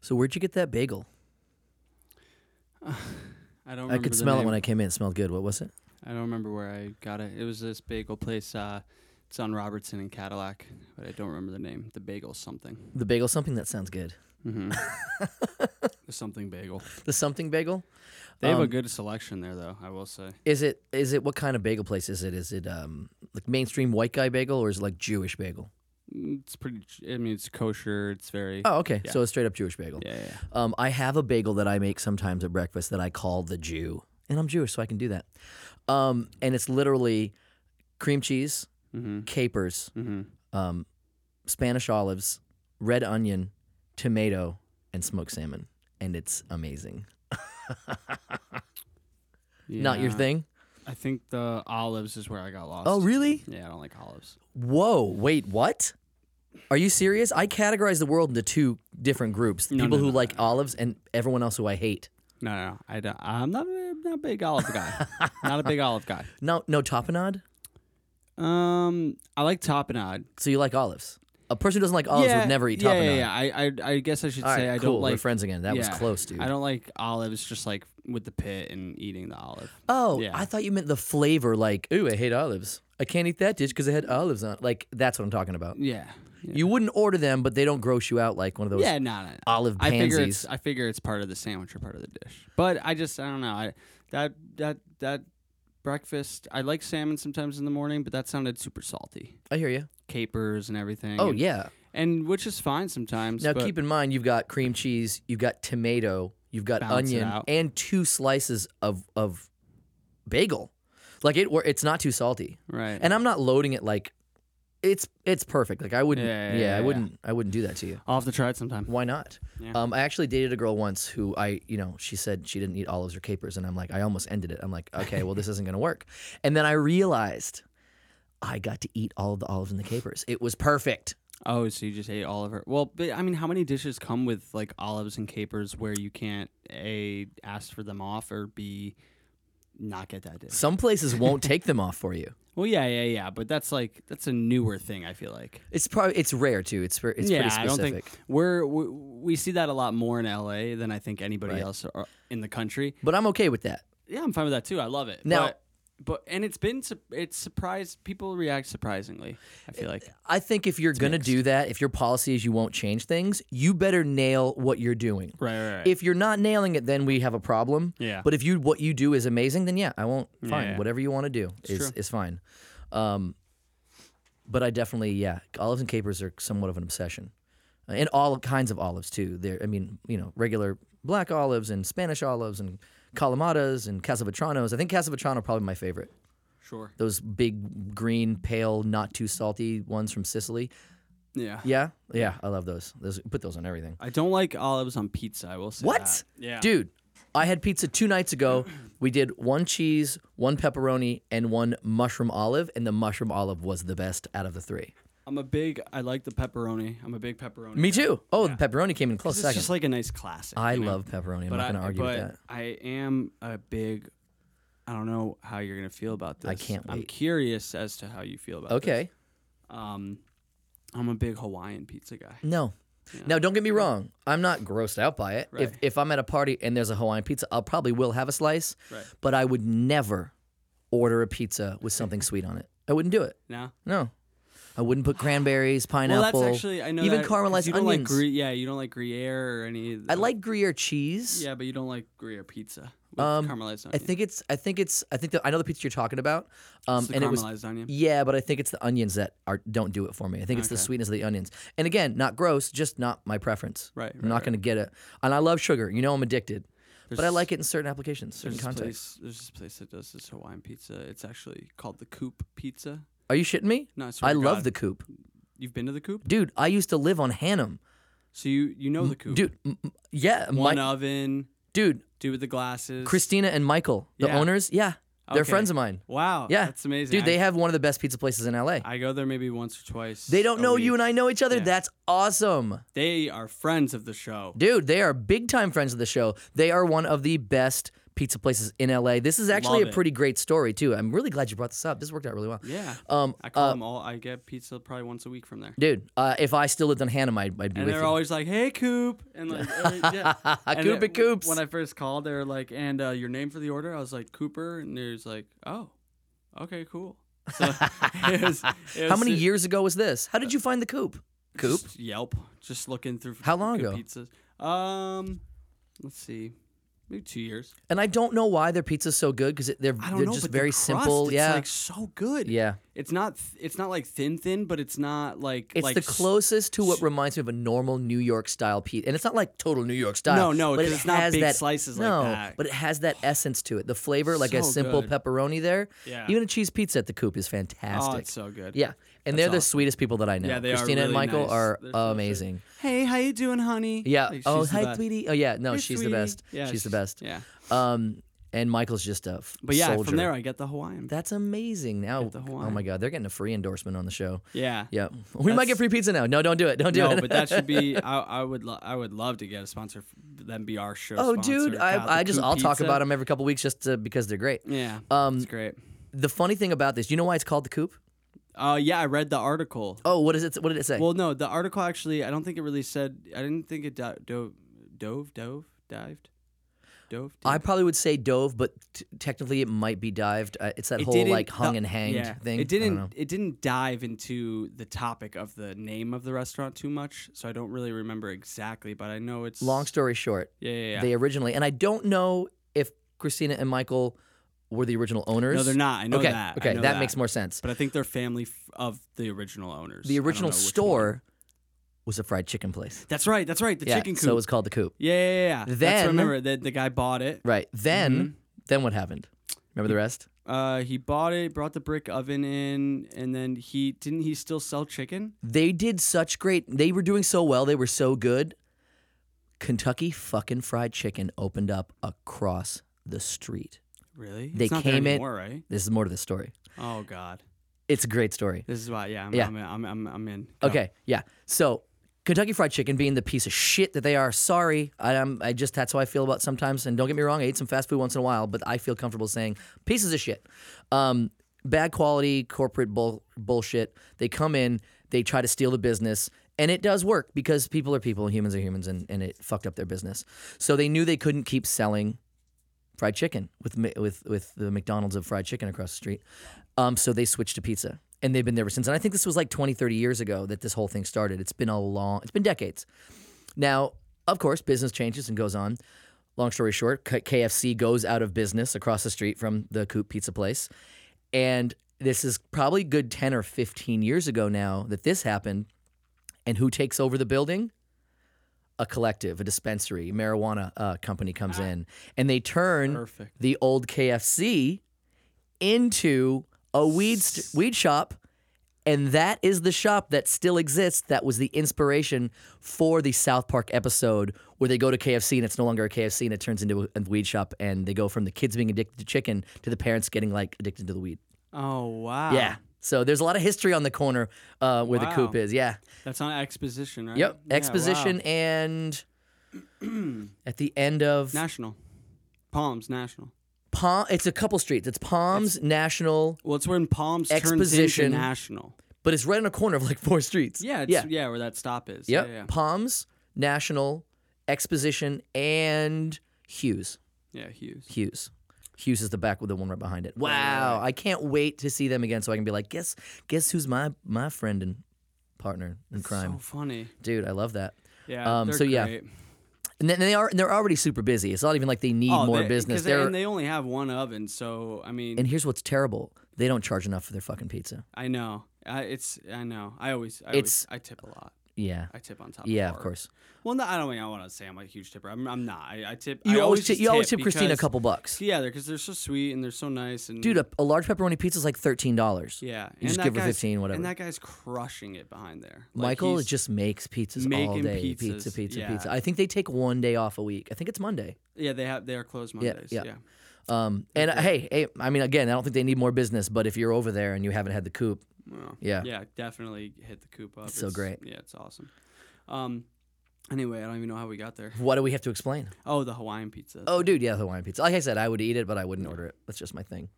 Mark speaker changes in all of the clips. Speaker 1: So where'd you get that bagel?
Speaker 2: I don't.
Speaker 1: I
Speaker 2: Remember
Speaker 1: could
Speaker 2: the
Speaker 1: smell it
Speaker 2: name.
Speaker 1: when I came in. It smelled good. What was it?
Speaker 2: I don't remember where I got it. It was this bagel place. Uh, it's on Robertson and Cadillac, but I don't remember the name. The bagel something.
Speaker 1: The bagel something that sounds good.
Speaker 2: Mm-hmm. the something bagel.
Speaker 1: The something bagel?
Speaker 2: They have a
Speaker 1: Um,
Speaker 2: good selection there, though. I will say.
Speaker 1: Is it is it what kind of bagel place is it? Is it um like mainstream white guy bagel or is it like Jewish bagel?
Speaker 2: Mm, It's pretty. ch- I mean, it's kosher. It's very.
Speaker 1: Oh, okay.
Speaker 2: Yeah.
Speaker 1: So a straight up Jewish bagel.
Speaker 2: Yeah, yeah, yeah.
Speaker 1: Um, I have a bagel that I make sometimes at breakfast that I call the Jew, and I'm Jewish, so I can do that. Um, and it's literally cream cheese,
Speaker 2: Mm-hmm.
Speaker 1: capers,
Speaker 2: Mm-hmm.
Speaker 1: um, Spanish olives, red onion, tomato, and smoked salmon, and it's amazing. Not your thing?
Speaker 2: I think the olives is where I got lost.
Speaker 1: Oh, really?
Speaker 2: Yeah, I don't like olives.
Speaker 1: Whoa! Wait, what? Are you serious? I categorize the world into two different groups: the
Speaker 2: No,
Speaker 1: people
Speaker 2: no,
Speaker 1: who
Speaker 2: no,
Speaker 1: like olives and everyone else who I hate.
Speaker 2: No, no, no. I don't, I'm not a, not a big olive guy. not a big olive guy.
Speaker 1: No, no tapenade.
Speaker 2: Um, I like tapenade.
Speaker 1: So you like olives? A person who doesn't like olives
Speaker 2: yeah,
Speaker 1: would never eat
Speaker 2: yeah,
Speaker 1: tapenade.
Speaker 2: Yeah, yeah. I, I, I guess I should
Speaker 1: All
Speaker 2: say
Speaker 1: right,
Speaker 2: I
Speaker 1: cool.
Speaker 2: don't
Speaker 1: We're
Speaker 2: like.
Speaker 1: friends again. That was
Speaker 2: yeah,
Speaker 1: close, dude.
Speaker 2: I don't like olives, just like with the pit and eating the olive.
Speaker 1: oh,
Speaker 2: yeah.
Speaker 1: I thought you meant the flavor. Like, ooh, I hate olives. I can't eat that dish because it had olives on. it. Like, that's what I'm talking about.
Speaker 2: Yeah. Yeah.
Speaker 1: You wouldn't order them, but they don't gross you out like one of those.
Speaker 2: yeah, no, no.
Speaker 1: olive
Speaker 2: I figure
Speaker 1: pansies.
Speaker 2: it's I figure it's part of the sandwich or part of the dish. But I just I don't know. I that that that breakfast. I like salmon sometimes in the morning, but that sounded super salty.
Speaker 1: I hear you.
Speaker 2: Capers and everything.
Speaker 1: Oh
Speaker 2: and,
Speaker 1: yeah.
Speaker 2: and which is fine sometimes.
Speaker 1: Now
Speaker 2: but
Speaker 1: keep in mind, you've got cream cheese, you've got tomato, you've got
Speaker 2: Balance it
Speaker 1: onion,
Speaker 2: out.
Speaker 1: and two slices of of bagel. Like it, wor- it's not too salty,
Speaker 2: right.
Speaker 1: and I'm not loading it like it's it's perfect. Like I wouldn't,
Speaker 2: Yeah,
Speaker 1: yeah,
Speaker 2: yeah, yeah,
Speaker 1: I
Speaker 2: yeah.
Speaker 1: wouldn't, I wouldn't do that to you.
Speaker 2: I'll have to try it sometime.
Speaker 1: Why not?
Speaker 2: Yeah.
Speaker 1: Um, I actually dated a girl once who I, you know, she said she didn't eat olives or capers, and I'm like, I almost ended it. I'm like, okay, well, this isn't gonna work. And then I realized I got to eat all of the olives and the capers. It was perfect.
Speaker 2: Oh, so you just ate all of her? Well, but I mean, how many dishes come with like olives and capers where you can't a ask for them off or b not get that dish?
Speaker 1: Some places won't take them off for you.
Speaker 2: Well, yeah, yeah, yeah, but that's like that's a newer thing. I feel like
Speaker 1: It's probably it's rare too. It's ver- it's
Speaker 2: yeah,
Speaker 1: pretty
Speaker 2: I don't
Speaker 1: specific.
Speaker 2: think we're we, we see that a lot more in L.A. than I think anybody
Speaker 1: Right.
Speaker 2: else or, in the country.
Speaker 1: But I'm okay with that.
Speaker 2: Yeah, I'm fine with that too. I love it.
Speaker 1: Now-
Speaker 2: but, but and it's been su- it's surprised people react surprisingly. I feel like
Speaker 1: I think if you're gonna do that, if your policy is you won't change things, you better nail what you're doing.
Speaker 2: right, right, right.
Speaker 1: If you're not nailing it, then we have a problem.
Speaker 2: yeah,
Speaker 1: But if you what you do is amazing, then yeah, I won't. Fine,
Speaker 2: yeah.
Speaker 1: whatever you want to do is
Speaker 2: true.
Speaker 1: is fine. Um, but I definitely yeah, olives and capers are somewhat of an obsession, Uh, and all kinds of olives too. There, I mean, you know, regular black olives and Spanish olives and calamatas and casavatranos. I think casavatrano probably my favorite.
Speaker 2: sure,
Speaker 1: Those big green, pale, not too salty ones from Sicily.
Speaker 2: yeah.
Speaker 1: Yeah, yeah, I love those. Those put those on everything.
Speaker 2: I don't like olives on pizza. I will say
Speaker 1: What?
Speaker 2: that. Yeah,
Speaker 1: Dude, I had pizza two nights ago. We did one cheese, one pepperoni, and one mushroom olive, and the mushroom olive was the best out of the three.
Speaker 2: I'm a big. I like the pepperoni. I'm a big pepperoni.
Speaker 1: Me
Speaker 2: guy.
Speaker 1: too. Oh, the pepperoni came in close
Speaker 2: It's
Speaker 1: second.
Speaker 2: just like a nice classic.
Speaker 1: I
Speaker 2: you know?
Speaker 1: love pepperoni. I'm
Speaker 2: But
Speaker 1: not
Speaker 2: I,
Speaker 1: going to argue
Speaker 2: but
Speaker 1: with that.
Speaker 2: I am a big. I don't know how you're gonna feel about this.
Speaker 1: I can't
Speaker 2: I'm
Speaker 1: wait.
Speaker 2: curious as to how you feel about.
Speaker 1: Okay.
Speaker 2: This. Um, I'm a big Hawaiian pizza guy.
Speaker 1: No. Now, don't get me wrong. I'm not grossed out by it. If,
Speaker 2: Right.
Speaker 1: if I'm at a party and there's a Hawaiian pizza, I'll probably will have a slice,
Speaker 2: Right.
Speaker 1: but I would never order a pizza with something sweet on it. I wouldn't do it.
Speaker 2: No.
Speaker 1: No. I wouldn't put cranberries, pineapple.
Speaker 2: well, that's actually I know
Speaker 1: even
Speaker 2: that 'cause
Speaker 1: caramelized
Speaker 2: you don't
Speaker 1: onions.
Speaker 2: Like gre- yeah, you don't like Gruyere or any. of
Speaker 1: I
Speaker 2: the-
Speaker 1: like Gruyere cheese.
Speaker 2: Yeah, but you don't like Gruyere pizza with
Speaker 1: Um,
Speaker 2: caramelized
Speaker 1: I
Speaker 2: onion.
Speaker 1: think it's I think it's I think the, I know the pizza you're talking about. Um,
Speaker 2: It's the
Speaker 1: and it was
Speaker 2: caramelized onion.
Speaker 1: yeah, but I think it's the onions that are don't do it for me. I think it's the
Speaker 2: Okay.
Speaker 1: sweetness of the onions. And again, not gross, just not my preference.
Speaker 2: Right,
Speaker 1: I'm
Speaker 2: right,
Speaker 1: not
Speaker 2: right.
Speaker 1: going to get it. And I love sugar. You know I'm addicted. but I
Speaker 2: There's-
Speaker 1: like it in certain applications, certain
Speaker 2: There's this,
Speaker 1: contexts.
Speaker 2: place, there's this place that does this Hawaiian pizza. It's actually called the Coop Pizza.
Speaker 1: Are you shitting me?
Speaker 2: No, I, swear
Speaker 1: I
Speaker 2: to
Speaker 1: love
Speaker 2: Oh God.
Speaker 1: the coop.
Speaker 2: You've been to the Coop,
Speaker 1: Dude, I used to live on Hannum.
Speaker 2: so you you know the Coop.
Speaker 1: Dude, m- m- yeah,
Speaker 2: one
Speaker 1: my,
Speaker 2: oven,
Speaker 1: dude,
Speaker 2: dude with the glasses.
Speaker 1: Christina and Michael, the
Speaker 2: Yeah.
Speaker 1: owners, yeah. They're
Speaker 2: Okay.
Speaker 1: friends of mine.
Speaker 2: Wow.
Speaker 1: Yeah.
Speaker 2: that's amazing.
Speaker 1: Dude,
Speaker 2: I,
Speaker 1: they have one of the best pizza places in LA.
Speaker 2: I go there maybe once or twice.
Speaker 1: They don't
Speaker 2: a
Speaker 1: know
Speaker 2: week.
Speaker 1: you and I know each other.
Speaker 2: Yeah.
Speaker 1: That's awesome.
Speaker 2: They are friends of the show.
Speaker 1: Dude, they are big time friends of the show. They are one of the best pizza places in LA. This is actually
Speaker 2: Love
Speaker 1: a
Speaker 2: it.
Speaker 1: pretty great story too. I'm really glad you brought this up. This worked out really well.
Speaker 2: Yeah.
Speaker 1: Um,
Speaker 2: I call
Speaker 1: uh,
Speaker 2: them all. I get pizza probably once a week from there.
Speaker 1: dude, uh, if I still lived on Hannah, I'd, I'd be
Speaker 2: And
Speaker 1: with
Speaker 2: they're
Speaker 1: you.
Speaker 2: always like, "Hey, Coop," and like, uh, yeah. And
Speaker 1: Coopy
Speaker 2: it-
Speaker 1: Coops.
Speaker 2: When I first called, they were like, "And uh, your name for the order?" I was like, "Cooper," and there's like, "Oh, okay, cool." So it was, it
Speaker 1: How
Speaker 2: was
Speaker 1: many
Speaker 2: su-
Speaker 1: years ago was this?
Speaker 2: Uh,
Speaker 1: How did you find the coop? Coop?
Speaker 2: Just Yelp. Just looking through.
Speaker 1: How long
Speaker 2: good
Speaker 1: ago?
Speaker 2: Pizzas. Um, let's see, maybe two years.
Speaker 1: And I don't know why their pizza's so good because they're
Speaker 2: I don't
Speaker 1: they're
Speaker 2: know,
Speaker 1: just
Speaker 2: but the
Speaker 1: very
Speaker 2: crust,
Speaker 1: simple.
Speaker 2: It's
Speaker 1: yeah,
Speaker 2: like so good.
Speaker 1: yeah.
Speaker 2: It's not. Th- it's not like thin, thin, but it's not like
Speaker 1: It's
Speaker 2: like
Speaker 1: the
Speaker 2: s-
Speaker 1: closest to what reminds me of a normal New York style pizza, and it's not like total New York style.
Speaker 2: No, no,
Speaker 1: but
Speaker 2: 'cause
Speaker 1: it
Speaker 2: it's not
Speaker 1: has
Speaker 2: big
Speaker 1: that,
Speaker 2: slices like
Speaker 1: no,
Speaker 2: that.
Speaker 1: but it has that essence to it. The flavor, like a
Speaker 2: So
Speaker 1: simple
Speaker 2: good.
Speaker 1: pepperoni there.
Speaker 2: Yeah.
Speaker 1: Even a cheese pizza at the coop is
Speaker 2: Oh,
Speaker 1: fantastic.
Speaker 2: it's so good.
Speaker 1: yeah, and they're the
Speaker 2: awesome.
Speaker 1: sweetest people that I know.
Speaker 2: Yeah, they are
Speaker 1: Christina and
Speaker 2: really
Speaker 1: Michael
Speaker 2: nice.
Speaker 1: are
Speaker 2: They're so
Speaker 1: amazing.
Speaker 2: Hey, how you doing, honey?
Speaker 1: Yeah.
Speaker 2: Like,
Speaker 1: oh,
Speaker 2: she's the
Speaker 1: hi,
Speaker 2: best.
Speaker 1: sweetie. Oh, yeah. No,
Speaker 2: Hey,
Speaker 1: she's
Speaker 2: sweetie.
Speaker 1: the best.
Speaker 2: Yeah,
Speaker 1: she's the best.
Speaker 2: Yeah.
Speaker 1: Um, and Michael's just a f-
Speaker 2: But yeah,
Speaker 1: soldier.
Speaker 2: from there I get the Hawaiian.
Speaker 1: That's amazing. Now,
Speaker 2: the
Speaker 1: oh my
Speaker 2: Hawaiian.
Speaker 1: God, they're getting a free endorsement on the show.
Speaker 2: yeah.
Speaker 1: Yeah, we might
Speaker 2: Mm. That's-
Speaker 1: get free pizza now. No, don't do it. Don't do
Speaker 2: No,
Speaker 1: it.
Speaker 2: but that should be. I, I would. Lo- I would love to get a sponsor. f- Then be our show.
Speaker 1: Oh,
Speaker 2: sponsor.
Speaker 1: dude,
Speaker 2: God, the
Speaker 1: I, I just
Speaker 2: Coop
Speaker 1: I'll talk
Speaker 2: Pizza.
Speaker 1: about them every couple weeks just to, because they're great.
Speaker 2: Yeah,
Speaker 1: Um,
Speaker 2: it's great.
Speaker 1: The funny thing about this, you know why it's called the coop?
Speaker 2: Uh, yeah, I read the article.
Speaker 1: Oh, what is it? What did it say?
Speaker 2: Well, no, the article actually. I don't think it really said. I didn't think it do- dove, dove, dove, dived, dove.
Speaker 1: I
Speaker 2: dived?
Speaker 1: probably would say dove, but t- technically it might be dived. Uh, it's that
Speaker 2: It
Speaker 1: whole
Speaker 2: didn't-
Speaker 1: like hung
Speaker 2: the-
Speaker 1: and hanged
Speaker 2: yeah.
Speaker 1: thing. I
Speaker 2: It
Speaker 1: don't know.
Speaker 2: didn't. It didn't dive into the topic of the name of the restaurant too much, so I don't really remember exactly. But I know it's
Speaker 1: Long story short,
Speaker 2: Yeah, yeah, yeah.
Speaker 1: they originally, and I don't know if Christina and Michael were the original owners.
Speaker 2: no, they're not. I know
Speaker 1: okay,
Speaker 2: that. I
Speaker 1: okay,
Speaker 2: know
Speaker 1: that, makes more sense.
Speaker 2: But I think they're family f- of the original owners. I
Speaker 1: the
Speaker 2: don't know
Speaker 1: original
Speaker 2: which one.
Speaker 1: store was a fried chicken place.
Speaker 2: That's right. That's right. The
Speaker 1: yeah,
Speaker 2: chicken coop.
Speaker 1: so it was called the coop.
Speaker 2: yeah, yeah, yeah, yeah.
Speaker 1: Then-
Speaker 2: That's, remember that the guy bought it.
Speaker 1: Right then,
Speaker 2: Mm-hmm.
Speaker 1: then what happened? Remember the rest?
Speaker 2: Uh, he bought it, brought the brick oven in, and then he didn't. He still sell chicken.
Speaker 1: They did such great. They were doing so well. They were so good. Kentucky fucking fried chicken opened up across the street.
Speaker 2: Really?
Speaker 1: They
Speaker 2: it's not
Speaker 1: came in-
Speaker 2: there anymore, right?
Speaker 1: This is more to the story.
Speaker 2: Oh God,
Speaker 1: It's a great story.
Speaker 2: this is why. Yeah, I'm,
Speaker 1: Yeah.
Speaker 2: I'm, in- I'm, I'm, I'm in. Go.
Speaker 1: Okay, yeah. So Kentucky Fried Chicken being the piece of shit that they are. Sorry, I, I'm, I just that's how I feel about sometimes. And don't get me wrong, I eat some fast food once in a while, but I feel comfortable saying pieces of shit, um, bad quality corporate bull, bullshit. They come in, they try to steal the business. And it does work because people are people, and humans are humans, and, and it fucked up their business. So they knew they couldn't keep selling fried chicken with Ma- with with the McDonald's of fried chicken across the street. Um, so they switched to pizza, and they've been there ever since. And I think this was like 20, 30 years ago that this whole thing started. It's been a long, it's been decades. Now, of course, business changes and goes on. Long story short, K- KFC goes out of business across the street from the Coop Pizza Place, and this is probably good ten or fifteen years ago now that this happened. And who takes over the building? A collective, a dispensary, marijuana uh, company comes in, and they turn
Speaker 2: Perfect.
Speaker 1: the old KFC into a weed st- weed shop, and that is the shop that still exists. That was the inspiration for the South Park episode where they go to KFC and it's no longer a KFC and it turns into a, a weed shop, and they go from the kids being addicted to chicken to the parents getting like addicted to the weed.
Speaker 2: Oh wow.
Speaker 1: Yeah. So there's a lot of history on the corner uh, where the
Speaker 2: Wow.
Speaker 1: coop is. Yeah.
Speaker 2: That's on exposition, right?
Speaker 1: Yep.
Speaker 2: Yeah, wow.
Speaker 1: Exposition and at the end of
Speaker 2: National. Palms National.
Speaker 1: Palm, it's a couple streets. It's Palms National.
Speaker 2: Well, it's when Palms turns
Speaker 1: Exposition.
Speaker 2: into National.
Speaker 1: but it's right on a corner of like four streets.
Speaker 2: Yeah, it's,
Speaker 1: yeah,
Speaker 2: yeah, where that stop is.
Speaker 1: yep.
Speaker 2: Yeah,
Speaker 1: Palms, National, Exposition, and Hughes.
Speaker 2: yeah, yeah. Hughes.
Speaker 1: Hughes. Hughes is the back with the one right behind it. Wow, I can't wait to see them again, so I can be like, guess, guess who's my my friend and partner in crime,
Speaker 2: So funny.
Speaker 1: dude. I love that.
Speaker 2: Yeah.
Speaker 1: Um,
Speaker 2: they're
Speaker 1: so yeah,
Speaker 2: great.
Speaker 1: And then they are and they're already super busy. It's not even like they need
Speaker 2: Oh,
Speaker 1: more
Speaker 2: they-
Speaker 1: business.
Speaker 2: 'cause They,
Speaker 1: They're
Speaker 2: and they only have one oven, so I mean,
Speaker 1: and here's what's terrible: they don't charge enough for their fucking pizza.
Speaker 2: I know. I, it's I know. I always. I
Speaker 1: It's-
Speaker 2: always, I tip a lot.
Speaker 1: Yeah,
Speaker 2: I tip on top.
Speaker 1: yeah,
Speaker 2: of,
Speaker 1: of
Speaker 2: hard.
Speaker 1: course.
Speaker 2: Well, no, I don't. mean, I want to say I'm a huge tipper. I'm, I'm not. I, I tip.
Speaker 1: You
Speaker 2: I
Speaker 1: always, tip,
Speaker 2: just
Speaker 1: you always tip Christina a
Speaker 2: because-
Speaker 1: couple bucks,
Speaker 2: Yeah, because they're so sweet and they're so nice and
Speaker 1: dude. A, a large pepperoni pizza is like thirteen dollars.
Speaker 2: Yeah, and
Speaker 1: just
Speaker 2: that
Speaker 1: give her
Speaker 2: guy's-
Speaker 1: 15, whatever.
Speaker 2: And that guy's crushing it behind there. Like,
Speaker 1: Michael
Speaker 2: he's-
Speaker 1: just makes pizzas all
Speaker 2: making
Speaker 1: day. Pizza,
Speaker 2: pizzas,
Speaker 1: pizza,
Speaker 2: yeah.
Speaker 1: pizza. I think they take one day off a week. I think it's Monday.
Speaker 2: yeah, they have they are closed Mondays.
Speaker 1: yeah.
Speaker 2: Yeah,
Speaker 1: Um, and uh, hey, hey, I mean, again, I don't think they need more business. But if you're over there and you haven't had the coop,
Speaker 2: Well,
Speaker 1: Yeah.
Speaker 2: yeah, definitely hit the coop up.
Speaker 1: It's so great.
Speaker 2: Yeah, it's awesome. Um, Anyway, I don't even know how we got there.
Speaker 1: What do we have to explain?
Speaker 2: Oh, the Hawaiian pizza.
Speaker 1: Oh, dude, yeah, the Hawaiian pizza. Like I said, I would eat it, but I wouldn't order it. That's just my thing.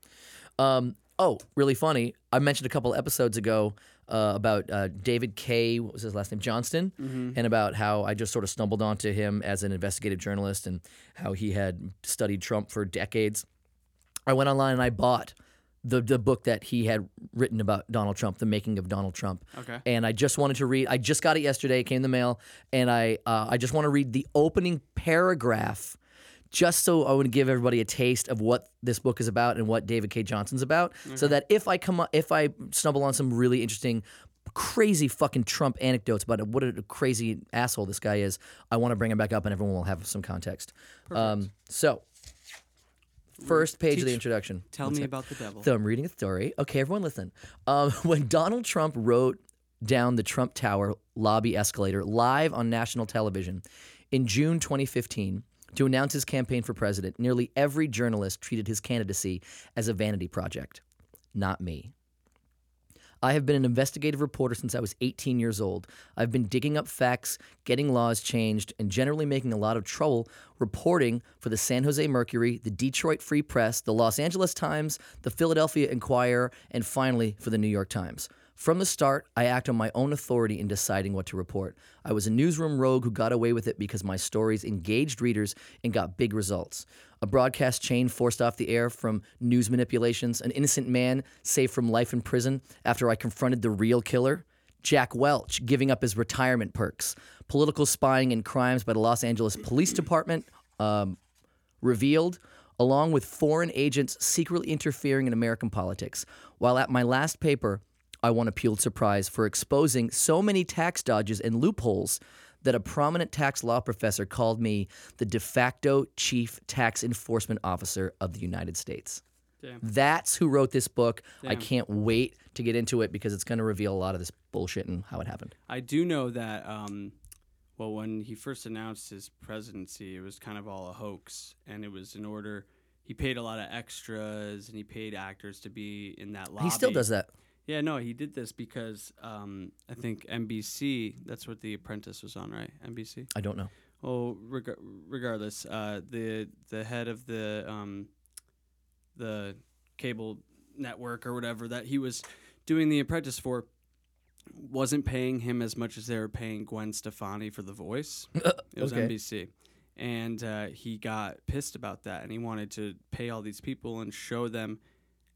Speaker 1: Um, oh, really funny. I mentioned a couple episodes ago uh, about uh, David K. What was his last name? Johnston, and about how I just sort of stumbled onto him as an investigative journalist and how he had studied Trump for decades. I went online and I bought the the book that he had written about Donald Trump, the making of Donald Trump.
Speaker 2: Okay.
Speaker 1: And I just wanted to read. I just got it yesterday. It came in the mail, and I uh, I just want to read the opening paragraph, just so I want to give everybody a taste of what this book is about and what David K. Johnson's about, so that if I come up, if I stumble on some really interesting. Crazy fucking Trump anecdotes about what a crazy asshole this guy is. I want to bring him back up, and everyone will have some context. Um, so, first page of the
Speaker 2: Teach-
Speaker 1: introduction.
Speaker 2: Tell me about the devil.
Speaker 1: So I'm reading a story. Okay, everyone, listen. Um, when Donald Trump rode down the Trump Tower lobby escalator live on national television in June 2015 to announce his campaign for president, nearly every journalist treated his candidacy as a vanity project. Not me. I have been an investigative reporter since I was 18 years old. I've been digging up facts, getting laws changed, and generally making a lot of trouble reporting for the San Jose Mercury, the Detroit Free Press, the Los Angeles Times, the Philadelphia Inquirer, and finally for the New York Times. From the start, I act on my own authority in deciding what to report. I was a newsroom rogue who got away with it because my stories engaged readers and got big results. A broadcast chain forced off the air from news manipulations, an innocent man saved from life in prison after I confronted the real killer. Jack Welch giving up his retirement perks, political spying and crimes by the Los Angeles Police Department um, revealed, along with foreign agents secretly interfering in American politics. While at my last paper, I won a Pulitzer Prize for exposing so many tax dodges and loopholes that a prominent tax law professor called me the de facto chief tax enforcement officer of the United States.
Speaker 2: Damn.
Speaker 1: That's who wrote this book. I can't wait to get into it because it's going to reveal a lot of this bullshit and how it happened.
Speaker 2: I do know that. Um, well, when he first announced his presidency, it was kind of all a hoax, and it was in order. He paid a lot of extras, and he paid actors to be in that lobby.
Speaker 1: He still does that.
Speaker 2: Yeah, no, he did this because um, I think NBC. That's what The Apprentice was on, right? NBC.
Speaker 1: I don't know.
Speaker 2: Well, Oh, reg- regardless, uh, the the head of the um, the cable network or whatever that he was doing The Apprentice for wasn't paying him as much as they were paying Gwen Stefani for The Voice. it was
Speaker 1: Okay.
Speaker 2: NBC, and uh, he got pissed about that, and he wanted to pay all these people and show them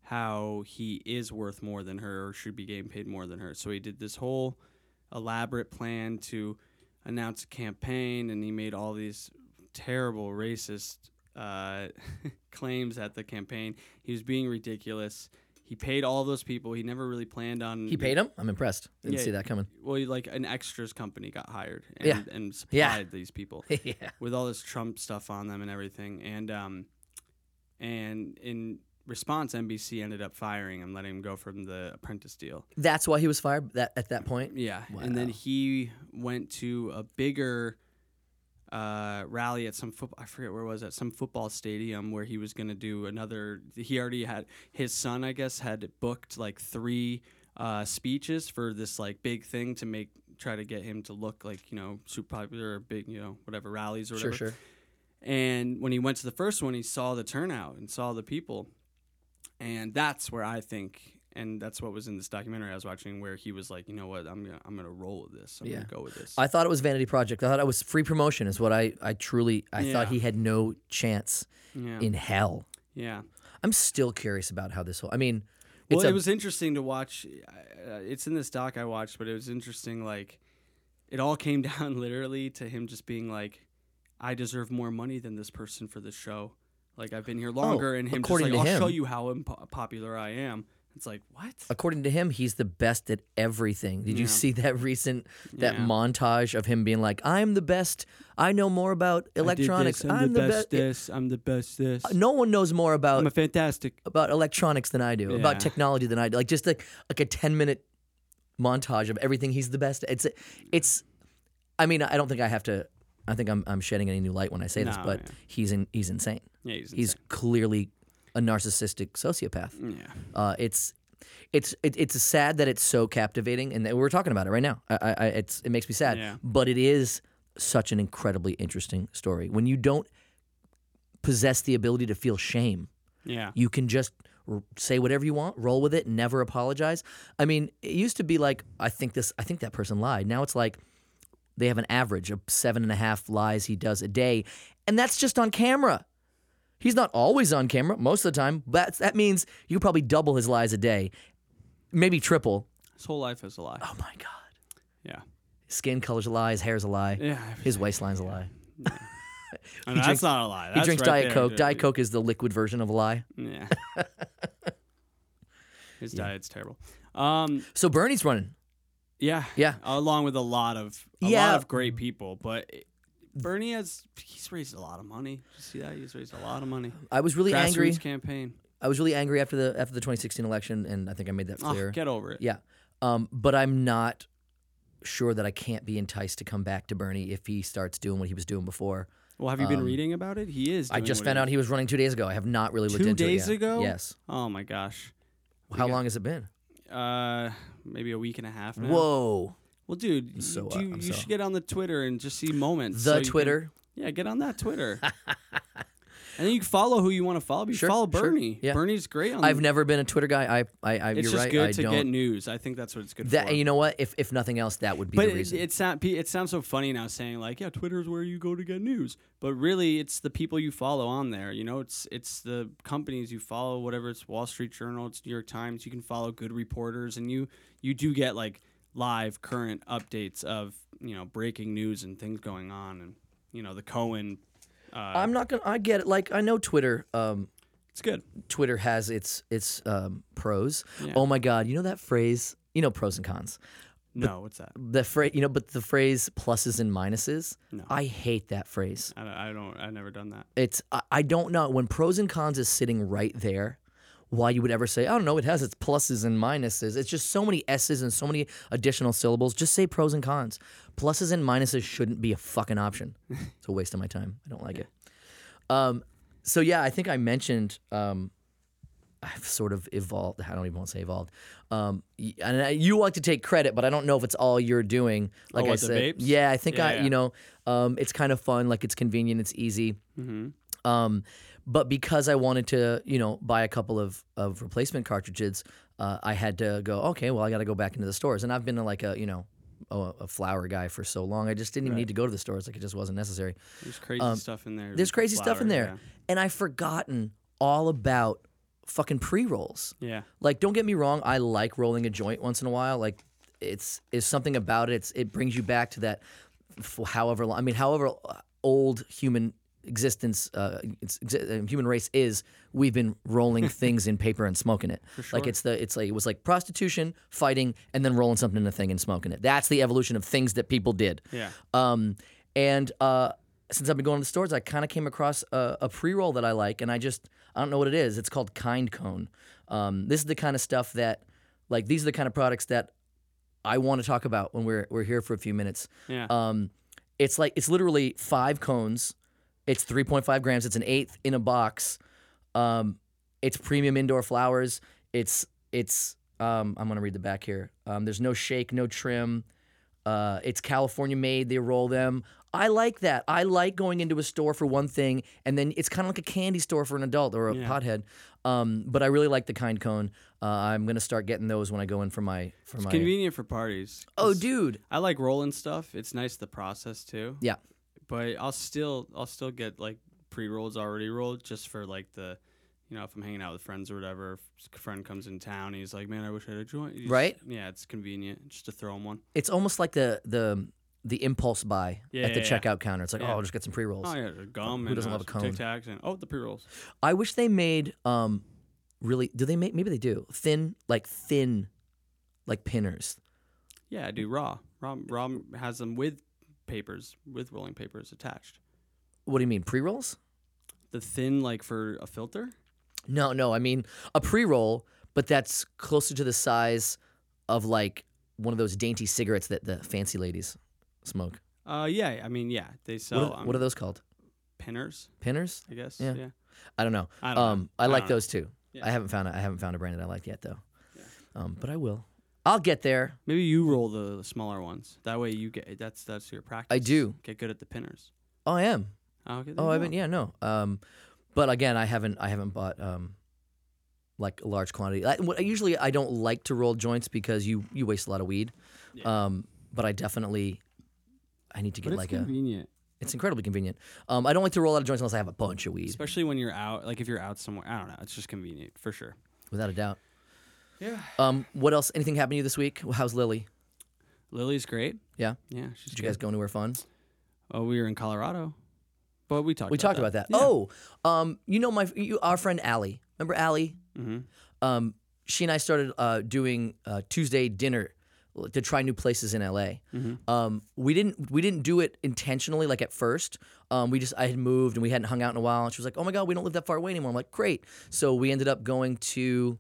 Speaker 2: how he is worth more than her or should be getting paid more than her. So he did this whole elaborate plan to announce a campaign, and he made all these terrible racist uh, claims at the campaign. He was being ridiculous. He paid all those people. He never really planned on.
Speaker 1: He paid him? I'm impressed. Didn't
Speaker 2: Yeah.
Speaker 1: see that coming.
Speaker 2: Well, like an extras company got hired and,
Speaker 1: Yeah.
Speaker 2: and supplied
Speaker 1: Yeah.
Speaker 2: these people
Speaker 1: yeah.
Speaker 2: with all this Trump stuff on them and everything. And um, and in response, NBC ended up firing him, letting him go from the Apprentice deal.
Speaker 1: That's why he was fired that, at that point.
Speaker 2: Yeah, and then
Speaker 1: Wow.
Speaker 2: he went to a bigger uh, rally at some football. I forget where it was at some football stadium where he was going to do another. He already had his son, I guess, had booked like three uh, speeches for this like big thing to make try to get him to look like you know super popular or big you know whatever rallies or whatever.
Speaker 1: Sure, sure.
Speaker 2: And when he went to the first one, he saw the turnout and saw the people. And that's where I think, and that's what was in this documentary I was watching, where he was like, you know what, I'm gonna, I'm gonna roll with this. I'm
Speaker 1: Yeah.
Speaker 2: gonna go with this.
Speaker 1: I thought it was Vanity Project. I thought it was free promotion, is what I, I truly I thought
Speaker 2: Yeah.
Speaker 1: he had no chance
Speaker 2: yeah,
Speaker 1: in hell.
Speaker 2: yeah.
Speaker 1: I'm still curious about how this whole I mean it's
Speaker 2: Well,
Speaker 1: a,
Speaker 2: it was interesting to watch. Uh, it's in this doc I watched, but it was interesting. Like, it all came down literally to him just being like, I deserve more money than this person for this show. Like, I've been here longer, and him just
Speaker 1: Oh, according
Speaker 2: like,
Speaker 1: to
Speaker 2: I'll show
Speaker 1: him-
Speaker 2: you how impo- popular I am. It's like what?
Speaker 1: according to him, he's the best at everything. Did you
Speaker 2: Yeah.
Speaker 1: see that recent that
Speaker 2: Yeah.
Speaker 1: montage of him being like, "I'm the best. I know more about
Speaker 2: I did
Speaker 1: electronics.
Speaker 2: this, I'm, the, best this. I'm the best this.
Speaker 1: Uh, No uh, one knows more about
Speaker 2: I'm a fantastic.
Speaker 1: about electronics than I do, about
Speaker 2: Yeah.
Speaker 1: technology than I do. Like just like like a ten minute montage of everything he's the best. at. It's it's. I mean, I don't think I have to. I think I'm I'm shedding any new light when I say this,
Speaker 2: No,
Speaker 1: but
Speaker 2: yeah.
Speaker 1: he's in he's insane.
Speaker 2: Yeah, he's,
Speaker 1: He's clearly a narcissistic sociopath.
Speaker 2: insane. yeah.
Speaker 1: Uh, it's it's it, it's sad that it's so captivating, and that we're talking about it right now. I, I, I- it's it makes me sad,
Speaker 2: Yeah.
Speaker 1: but it is such an incredibly interesting story. When you don't possess the ability to feel shame,
Speaker 2: Yeah.
Speaker 1: you can just r- say whatever you want, roll with it, never apologize. I mean, it used to be like, I think this, I think that person lied. Now it's like they have an average of seven and a half lies he does a day, and that's just on camera. He's not always on camera most of the time, but that means you probably double his lies a day, maybe triple.
Speaker 2: His whole life is a lie.
Speaker 1: Oh my God.
Speaker 2: Yeah.
Speaker 1: Skin color's a lie, his hair's a lie,
Speaker 2: Yeah.
Speaker 1: his waistline's a lie.
Speaker 2: I mean,
Speaker 1: drinks-
Speaker 2: that's not a lie.
Speaker 1: He
Speaker 2: That's
Speaker 1: drinks
Speaker 2: right
Speaker 1: Diet
Speaker 2: there,
Speaker 1: Coke.
Speaker 2: dude.
Speaker 1: Diet Coke is the liquid version of a lie.
Speaker 2: Yeah. His diet's terrible. Um,
Speaker 1: So Bernie's running.
Speaker 2: yeah,
Speaker 1: Yeah.
Speaker 2: along with a lot of a
Speaker 1: Yeah.
Speaker 2: lot of great people, but it- Bernie has he's raised a lot of money. Did you see that? He's raised a lot of money.
Speaker 1: I was really
Speaker 2: Grassroots
Speaker 1: angry.
Speaker 2: campaign.
Speaker 1: I was really angry after the after the 2016 election, and I think I made that
Speaker 2: Ah,
Speaker 1: clear.
Speaker 2: get over it.
Speaker 1: yeah, um, but I'm not sure that I can't be enticed to come back to Bernie if he starts doing what he was doing before.
Speaker 2: Well, have you been
Speaker 1: Um,
Speaker 2: reading about it? He is.
Speaker 1: I
Speaker 2: doing
Speaker 1: just
Speaker 2: what
Speaker 1: found out he was running two days ago. I have not really looked
Speaker 2: Two
Speaker 1: into
Speaker 2: days
Speaker 1: it yet.
Speaker 2: ago?
Speaker 1: Yes.
Speaker 2: Oh my gosh.
Speaker 1: How long has it been?
Speaker 2: Uh, maybe a week and a half now.
Speaker 1: Whoa.
Speaker 2: Well, dude, you-
Speaker 1: so, uh,
Speaker 2: do you,
Speaker 1: I'm
Speaker 2: you
Speaker 1: so-
Speaker 2: should get on the Twitter and just see moments. so
Speaker 1: The
Speaker 2: you can-
Speaker 1: Twitter.
Speaker 2: yeah, get on that Twitter. and then you can follow who you want to follow. But you
Speaker 1: Sure,
Speaker 2: follow
Speaker 1: sure,
Speaker 2: Bernie.
Speaker 1: yeah.
Speaker 2: Bernie's great on.
Speaker 1: I've never been a Twitter guy. I, I, I
Speaker 2: um, it's
Speaker 1: you're
Speaker 2: just
Speaker 1: right.
Speaker 2: good
Speaker 1: I
Speaker 2: to
Speaker 1: don't.
Speaker 2: get news. I think that's what it's good
Speaker 1: that
Speaker 2: for.
Speaker 1: you know what? If if nothing else, that would be
Speaker 2: but
Speaker 1: the
Speaker 2: it,
Speaker 1: reason.
Speaker 2: it, sound, pe- it sounds so funny now saying like, yeah, Twitter's where you go to get news. But really, it's the people you follow on there. You know, it's it's the companies you follow. Whatever it's Wall Street Journal, it's New York Times. You can follow good reporters, and you you do get like live current updates of you know breaking news and things going on, and you know the Cohen. Uh,
Speaker 1: I'm not gonna. I get it. Like I know Twitter. Um,
Speaker 2: it's good.
Speaker 1: Twitter has its its um, pros.
Speaker 2: Yeah.
Speaker 1: Oh my God! You know that phrase. You know pros and cons.
Speaker 2: No, what's that?
Speaker 1: The phrase. You know, but the phrase pluses and minuses.
Speaker 2: No.
Speaker 1: I hate that phrase.
Speaker 2: I don't. I don't I've never done that.
Speaker 1: It's. I, I don't know when pros and cons is sitting right there. Why you would ever say? I don't know. It has its pluses and minuses. It's just so many s's and so many additional syllables. Just say pros and cons. Pluses and minuses shouldn't be a fucking option. It's a waste of my time. I don't like it. Um, so yeah, I think I mentioned um, I've sort of evolved. I don't even want to say evolved. Um, y- and I, you like to take credit, but I don't know if it's all you're doing. Like I
Speaker 2: what, the
Speaker 1: said,
Speaker 2: vapes?
Speaker 1: yeah, I think I,
Speaker 2: Yeah,
Speaker 1: you
Speaker 2: yeah.
Speaker 1: know, um, it's kind of fun. Like it's convenient, it's easy.
Speaker 2: hmm
Speaker 1: Um, but because I wanted to, you know, buy a couple of, of replacement cartridges, uh, I had to go, okay, well, I got to go back into the stores. And I've been like a, you know, a, a flower guy for so long. I just didn't even need to go to the stores. Like it just wasn't necessary.
Speaker 2: There's crazy stuff in there.
Speaker 1: Um, There's crazy stuff in
Speaker 2: Flour,
Speaker 1: there. And I've forgotten all about fucking pre rolls.
Speaker 2: Yeah. yeah.
Speaker 1: Like, don't get me wrong, I like rolling a joint once in a while. Like, it's is something about it. It's, it brings you back to that, f- however long. I mean, however old human existence, uh, it's, exi- uh, human race is. We've been rolling things in paper and smoking it. Like it's the it's like it was like prostitution, fighting, and then rolling something in a thing and smoking it. That's the evolution of things that people did.
Speaker 2: Yeah.
Speaker 1: Um, and uh, since I've been going to the stores, I kind of came across a, a pre roll that I like, and I just I don't know what it is. It's called Kind Cone. Um, this is the kind of stuff that, like, these are the kind of products that I want to talk about when we're we're here for a few minutes.
Speaker 2: Yeah.
Speaker 1: Um, it's like it's literally five cones. It's three point five grams. It's an eighth in a box. Um, it's premium indoor flowers. It's it's um, I'm gonna read the back here. Um, there's no shake, no trim. Uh, it's California made. They roll them. I like that. I like going into a store for one thing, and then it's kind of like a candy store for an adult or a
Speaker 2: Yeah.
Speaker 1: pothead. Um, but I really like the kind cone. Uh, I'm gonna start getting those when I go in for my for my.
Speaker 2: Convenient for parties.
Speaker 1: oh,
Speaker 2: 'cause-
Speaker 1: dude.
Speaker 2: I like rolling stuff. It's nice the process too.
Speaker 1: Yeah.
Speaker 2: But I'll still I'll still get like pre rolls already rolled just for like the you know, if I'm hanging out with friends or whatever, if a friend comes in town, he's like, "Man, I wish I had a joint." You just-
Speaker 1: Right.
Speaker 2: yeah, it's convenient just to throw him one.
Speaker 1: it's almost like the the the impulse buy
Speaker 2: Yeah,
Speaker 1: at the
Speaker 2: yeah, yeah.
Speaker 1: checkout counter. It's like,
Speaker 2: Yeah.
Speaker 1: oh, I'll just get some pre rolls.
Speaker 2: Oh yeah, the gum
Speaker 1: Who
Speaker 2: and
Speaker 1: doesn't
Speaker 2: uh,
Speaker 1: love a
Speaker 2: some Tic
Speaker 1: cone?
Speaker 2: Tacs and oh the pre rolls.
Speaker 1: I wish they made um really do they make maybe they do thin like thin like pinners.
Speaker 2: Yeah, I do raw. Raw raw has them with papers with rolling papers attached.
Speaker 1: What do you mean pre rolls?
Speaker 2: The thin like for a filter.
Speaker 1: No, no, I mean a pre roll, but that's closer to the size of like one of those dainty cigarettes that the fancy ladies smoke.
Speaker 2: Uh yeah, I mean yeah, they
Speaker 1: What
Speaker 2: sell
Speaker 1: are,
Speaker 2: um,
Speaker 1: what are those called?
Speaker 2: pinners,
Speaker 1: Pinners?
Speaker 2: I guess.
Speaker 1: Yeah.
Speaker 2: Yeah.
Speaker 1: I don't know.
Speaker 2: I don't know.
Speaker 1: Um, I,
Speaker 2: I
Speaker 1: like
Speaker 2: don't know.
Speaker 1: those too.
Speaker 2: Yeah.
Speaker 1: I haven't found a, I haven't found a brand that I like yet though. Um, but I will. I'll get there.
Speaker 2: Maybe you roll the smaller ones. That way you get that's that's your practice.
Speaker 1: do.
Speaker 2: get good at the pinners.
Speaker 1: Oh, I am.
Speaker 2: Oh, okay, there
Speaker 1: Oh,
Speaker 2: you
Speaker 1: I
Speaker 2: go.
Speaker 1: mean, yeah, no. Um, but again, I haven't, I haven't bought um, like a large quantity. I, what- usually, I don't like to roll joints because you you waste a lot of weed. Um, but I definitely, I need to
Speaker 2: But
Speaker 1: get
Speaker 2: it's
Speaker 1: like a.
Speaker 2: convenient,
Speaker 1: It's incredibly convenient. Um, I don't like to roll out of joints unless I have a bunch of weed,
Speaker 2: especially when you're out. Like if you're out somewhere, I don't know. It's just convenient for sure.
Speaker 1: without a doubt.
Speaker 2: Yeah.
Speaker 1: Um, what else? Anything happened to you this week? How's Lily?
Speaker 2: Lily's great.
Speaker 1: Yeah.
Speaker 2: Yeah, she's
Speaker 1: Did you guys
Speaker 2: good.
Speaker 1: go anywhere fun?
Speaker 2: Oh, we were in Colorado, but we talked.
Speaker 1: We talked about that. Oh, um, you know my you, our friend Allie. Remember Allie?
Speaker 2: hmm
Speaker 1: um, she and I started uh, doing uh, Tuesday dinner to try new places in LA.
Speaker 2: Mm-hmm.
Speaker 1: Um, we didn't we didn't do it intentionally like at first. Um, we just I had moved and we hadn't hung out in a while, and she was like, "Oh my god, we don't live that far away anymore." I'm like, "Great!" So we ended up going to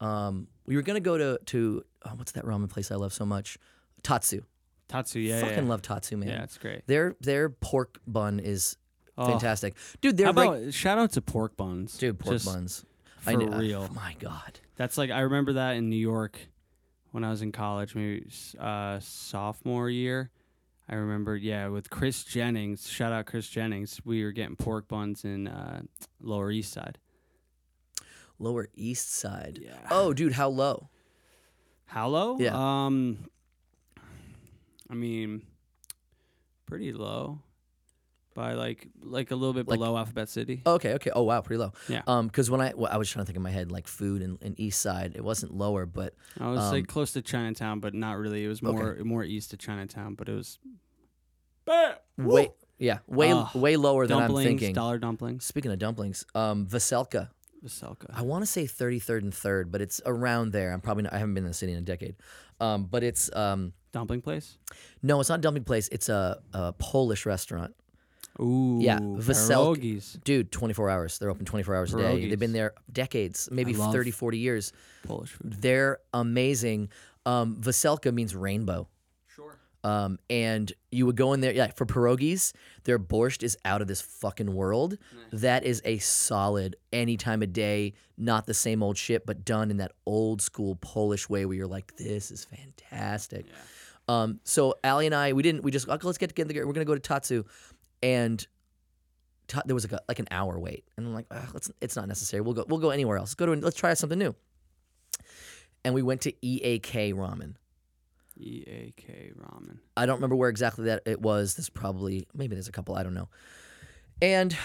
Speaker 1: um, we were gonna go to to oh, what's that ramen place I love so much, Tatsu.
Speaker 2: Tatsu, yeah, yeah,
Speaker 1: Fucking
Speaker 2: yeah.
Speaker 1: love Tatsu, man.
Speaker 2: Yeah, it's great.
Speaker 1: Their their pork bun is
Speaker 2: Oh.
Speaker 1: fantastic, dude. They're
Speaker 2: How
Speaker 1: like
Speaker 2: about shout out to pork buns,
Speaker 1: dude pork
Speaker 2: Just-
Speaker 1: buns.
Speaker 2: for
Speaker 1: kn- uh,
Speaker 2: real.
Speaker 1: my god.
Speaker 2: That's like I remember that in New York when I was in college, maybe s- uh, sophomore year. I remember, yeah, with Chris Jennings. Shout out Chris Jennings. We were getting pork buns in uh, Lower East Side.
Speaker 1: Lower East Side.
Speaker 2: Yeah.
Speaker 1: Oh, dude, how low?
Speaker 2: How low?
Speaker 1: Yeah.
Speaker 2: Um, I mean, pretty low, by like like a little bit
Speaker 1: Like-
Speaker 2: below Alphabet City.
Speaker 1: Oh, okay, okay. Oh, wow, pretty low.
Speaker 2: Yeah.
Speaker 1: Um, because when I well, I was trying to think in my head like food and, and East Side, it wasn't lower, but
Speaker 2: I was
Speaker 1: um,
Speaker 2: like close to Chinatown, but not really. It was
Speaker 1: Okay.
Speaker 2: more more east of Chinatown, but it was.
Speaker 1: way yeah, way
Speaker 2: Ugh.
Speaker 1: way lower than I'm
Speaker 2: dumplings,
Speaker 1: thinking.
Speaker 2: dollar dumplings,
Speaker 1: Speaking of dumplings, um, Veselka.
Speaker 2: Veselka.
Speaker 1: I want to say 33rd and 3rd, but it's around there. I'm probably not, I haven't been in the city in a decade. Um, but it's um,
Speaker 2: dumpling place.
Speaker 1: no, it's not a dumpling place. It's a, a Polish restaurant.
Speaker 2: Ooh,
Speaker 1: Veselka-
Speaker 2: pierogies.
Speaker 1: Dude, 24 hours. They're open 24 hours a day. They've been
Speaker 2: Pierogies.
Speaker 1: there decades, maybe
Speaker 2: love-
Speaker 1: 30, 40 years.
Speaker 2: Polish food.
Speaker 1: They're amazing. Um, Veselka means rainbow.
Speaker 2: Sure.
Speaker 1: Um, and you would go in there, yeah, for pierogies, their borscht is out of this fucking world. That is a solid any time of day, not the same old shit, but done in that old school Polish way where you're like, this is fantastic. Um, so Allie and I, we didn't, we just, "Okay, let's get together. We're going to go to Tatsu. And ta- there was like, a, like an hour wait. And I'm like, "Ugh, let's, it's not necessary. We'll go, we'll go anywhere else. Let's go to, let's try something new. And we went to EAK ramen.
Speaker 2: E A K ramen.
Speaker 1: I don't remember where exactly that it was. There's probably maybe there's a couple. I don't know. And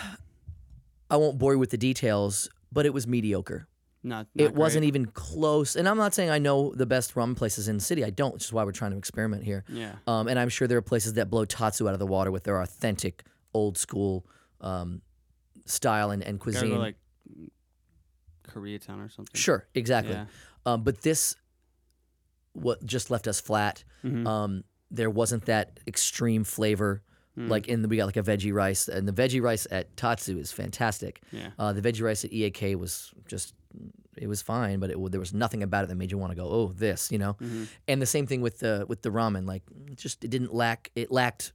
Speaker 1: I won't bore you with the details, but it was mediocre.
Speaker 2: Not.
Speaker 1: it wasn't even close. And I'm not saying I know the best ramen places in the city. I don't, which is why we're trying to experiment here.
Speaker 2: even. Yeah.
Speaker 1: Um, and I'm sure there are places that blow Tatsu out of the water with their authentic, old school um, style and, and
Speaker 2: Gotta
Speaker 1: cuisine.
Speaker 2: go like Koreatown or something.
Speaker 1: sure, exactly.
Speaker 2: Yeah.
Speaker 1: Um, but this what just left us flat.
Speaker 2: Mhm.
Speaker 1: Um, there wasn't that extreme flavor.
Speaker 2: Mm.
Speaker 1: Like in the, we got like a veggie rice, and the veggie rice at Tatsu is fantastic.
Speaker 2: Yeah.
Speaker 1: Uh, the veggie rice at EAK was just, it was fine, but it, there was nothing about it that made you want to go, oh, this, you know. And the same thing with the with the ramen, like it just it didn't lack, it lacked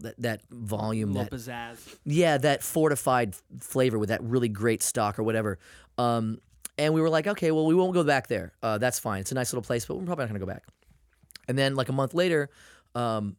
Speaker 1: that, that volume, that
Speaker 2: pizzazz.
Speaker 1: yeah, that fortified f- flavor with that really great stock or whatever. Um, and we were like, okay, well, we won't go back there. Uh, that's fine. It's a nice little place, but we're probably not going to go back. And then, like a month later, um,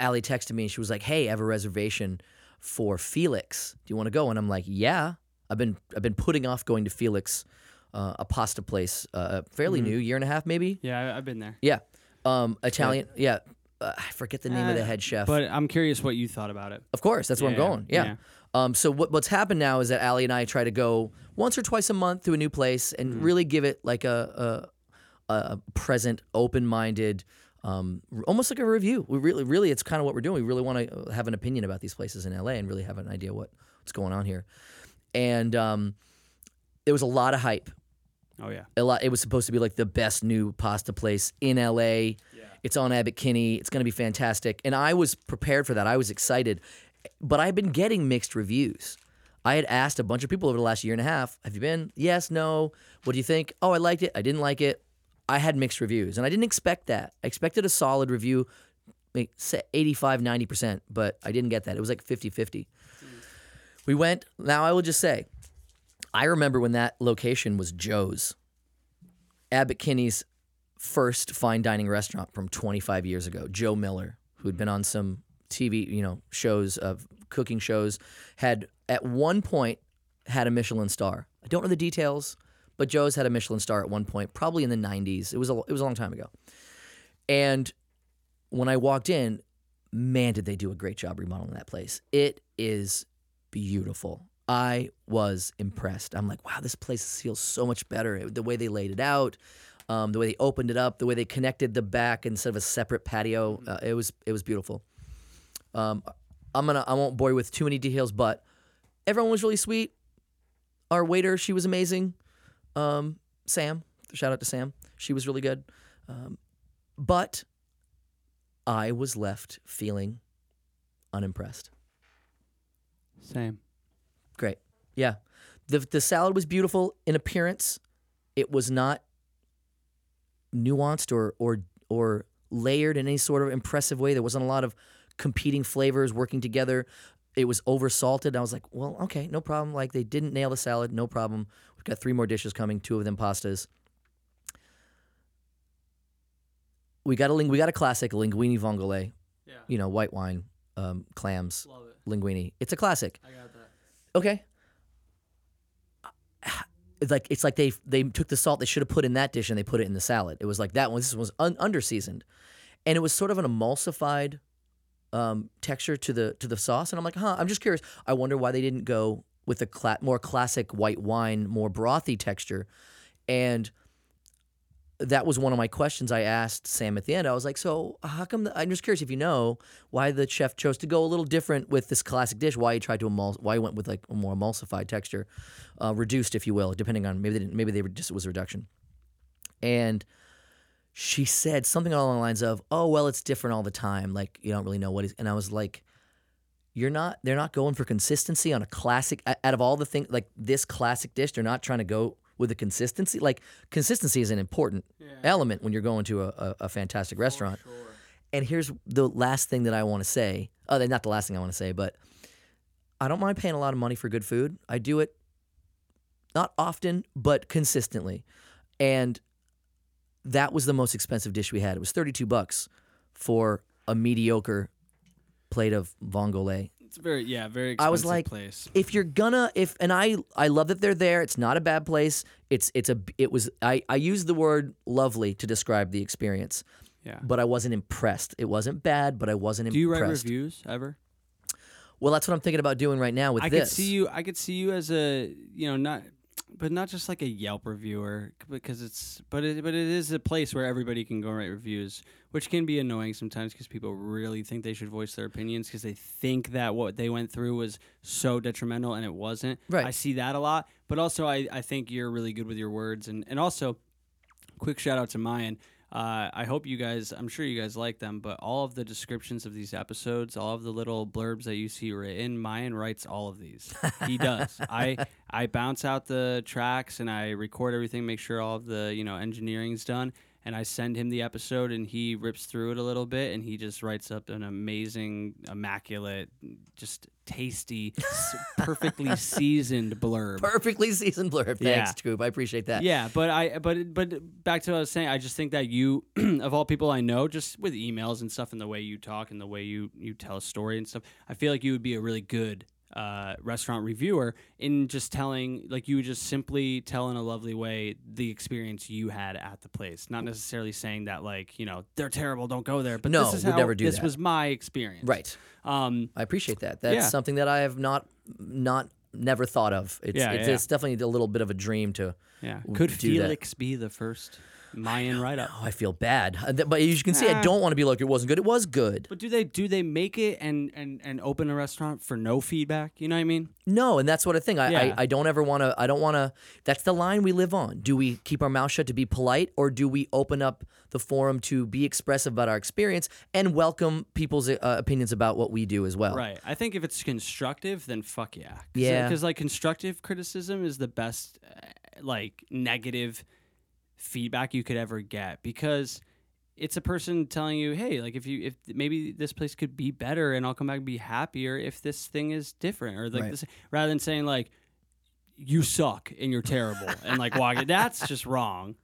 Speaker 1: Allie texted me and she was like, "Hey, I have a reservation for Felix. Do you want to go?" And I'm like, "Yeah, I've been I've been putting off going to Felix, uh, a pasta place, uh, fairly
Speaker 2: Mm-hmm.
Speaker 1: new, year and a half maybe.
Speaker 2: Yeah, I, I've been there.
Speaker 1: Yeah, um, Italian. Yeah, uh, I forget the name of the
Speaker 2: Uh,
Speaker 1: head chef.
Speaker 2: But I'm curious what you thought about it.
Speaker 1: Of course, that's where I'm
Speaker 2: Yeah,
Speaker 1: going. Yeah.
Speaker 2: yeah.
Speaker 1: Um, so what, what's happened now is that Allie and I try to go once or twice a month to a new place and really give it like a a, a present, open minded, um, r- almost like a review. We really, really, it's kind of what we're doing. We really want to have an opinion about these places in LA and really have an idea what what's going on here. And um, there was a lot of hype
Speaker 2: Oh yeah.
Speaker 1: a lot. It was supposed to be like the best new pasta place in LA. It's on Abbot Kinney. It's going to be fantastic. And I was prepared for that. I was excited, but I've been getting mixed reviews. I had asked a bunch of people over the last year and a half, "Have you been? Yes, no. What do you think? Oh, I liked it. I didn't like it. I had mixed reviews, and I didn't expect that. I expected a solid review, like, say 85, 90 percent, but I didn't get that. It was like 50-50. We went. Now I will just say, I remember when that location was Joe's. Abbott Kinney's first fine dining restaurant from 25 years ago, Joe Miller, who had been on some TV, you know, shows of cooking shows, had at one point had a Michelin star. I don't know the details, but Joe's had a Michelin star at one point, probably in the 90s. It was a, it was a long time ago. And when I walked in, man, did they do a great job remodeling that place. It is beautiful. I was impressed. I'm like, wow, this place feels so much better. eh, The way they laid it out, um, the way they opened it up, the way they connected the back instead of a separate patio, uh, it was it was beautiful. Um, I'm gonna I won't bore you with too many details, but everyone was really sweet. Our waiter, she was amazing. Um, Sam, shout out to Sam, she was really good. Um, but I was left feeling unimpressed.
Speaker 2: Same.
Speaker 1: Great. Yeah. The the salad was beautiful in appearance. It was not nuanced or or or layered in any sort of impressive way. There wasn't a lot of competing flavors working together. It was oversalted. I was like, well, okay, no problem. Like they didn't nail the salad, no problem. We've got three more dishes coming, two of them pastas. We got a ling- we got a classic linguine vongole,
Speaker 2: Yeah.
Speaker 1: you know, white wine, um, clams,
Speaker 2: Love it.
Speaker 1: linguine. It's a classic.
Speaker 2: I got that.
Speaker 1: Okay. It's like it's like they they took the salt they should have put in that dish and they put it in the salad. It was like that one. This was un- under seasoned, and it was sort of an emulsified um, texture to the to the sauce. And I'm like, huh. I'm just curious. I wonder why they didn't go with a cla- more classic white wine, more brothy texture. And that was one of my questions I asked Sam at the end. I was like, so how come? The, I'm just curious if you know why the chef chose to go a little different with this classic dish. Why he tried to emul- why he went with like a more emulsified texture, uh, reduced, if you will, depending on maybe they didn't, maybe they were just it was a reduction. And she said something along the lines of, "Oh well, it's different all the time. Like you don't really know what is." And I was like, "You're not. They're not going for consistency on a classic. o- Out of all the things, like this classic dish, they're not trying to go." With the consistency, like consistency is an important element when you're going to a, a, a fantastic restaurant.
Speaker 2: Sure.
Speaker 1: And here's the last thing that I want to say. Oh, not the last thing I want to say, but I don't mind paying a lot of money for good food. I do it not often, but consistently. And that was the most expensive dish we had. It was 32 bucks for a mediocre plate of vongole.
Speaker 2: It's very yeah, very expensive
Speaker 1: I was like,
Speaker 2: place.
Speaker 1: If you're gonna if and I I love that they're there. It's not a bad place. It's it's a it was I I used the word lovely to describe the experience,
Speaker 2: Yeah.
Speaker 1: but I wasn't impressed. It wasn't bad, but I wasn't
Speaker 2: Do you write
Speaker 1: impressed.
Speaker 2: reviews ever?
Speaker 1: Well, that's what I'm thinking about doing right now with
Speaker 2: I
Speaker 1: this.
Speaker 2: could see you. I could see you as a you know not, but not just like a Yelp reviewer c- because it's but it but it is a place where everybody can go and write reviews, which can be annoying sometimes because people really think they should voice their opinions because they think that what they went through was so detrimental and it wasn't.
Speaker 1: Right.
Speaker 2: I see that a lot, but also I I think you're really good with your words and and also quick shout out to Mayan. Uh, I hope you guys, I'm sure you guys like them, but all of the descriptions of these episodes, all of the little blurbs that you see written, Mayan writes all of these. He does. I I bounce out the tracks and I record everything, make sure all of the you know engineering's done, and I send him the episode, and he rips through it a little bit, and he just writes up an amazing, immaculate, just tasty, s- perfectly seasoned blurb.
Speaker 1: Perfectly seasoned blurb. Thanks,
Speaker 2: Yeah.
Speaker 1: Coop. I appreciate that.
Speaker 2: Yeah, but I but but back to what I was saying, I just think that you of all people I know, just with emails and stuff and the way you talk and the way you you tell a story and stuff, I feel like you would be a really good uh, restaurant reviewer in just telling like you would just simply tell in a lovely way the experience you had at the place, not necessarily saying that like you know they're terrible, don't go there. But
Speaker 1: No,
Speaker 2: this is
Speaker 1: would
Speaker 2: how
Speaker 1: never do
Speaker 2: this
Speaker 1: that.
Speaker 2: was my experience,
Speaker 1: Right.
Speaker 2: Um,
Speaker 1: I appreciate that. That's
Speaker 2: Yeah.
Speaker 1: something that I have not, not, never thought of. It's,
Speaker 2: Yeah,
Speaker 1: it's,
Speaker 2: yeah.
Speaker 1: it's definitely a little bit of a dream to.
Speaker 2: yeah,
Speaker 1: w-
Speaker 2: could
Speaker 1: do that.
Speaker 2: Felix be the first Mayan write up?
Speaker 1: Oh, I feel bad. Uh, th- But as you can see, I
Speaker 2: Ah.
Speaker 1: don't want to be like, it wasn't good. It was good.
Speaker 2: But do they do they make it and and and open a restaurant for no feedback? You know what I mean?
Speaker 1: No, and that's what I think. I,
Speaker 2: Yeah.
Speaker 1: I, I don't ever want to. I don't want to. That's the line we live on. Do we keep our mouth shut to be polite, or do we open up the forum to be expressive about our experience and welcome people's uh, opinions about what we do as well?
Speaker 2: Right. I think if it's constructive, then fuck yeah. Cause,
Speaker 1: Oh. Yeah.
Speaker 2: Because like constructive criticism is the best uh, like negative feedback you could ever get because it's a person telling you, hey, like if you if maybe this place could be better and I'll come back and be happier if this thing is different or like
Speaker 1: Right.
Speaker 2: this rather than saying like you suck and you're terrible and like walking. That's just wrong.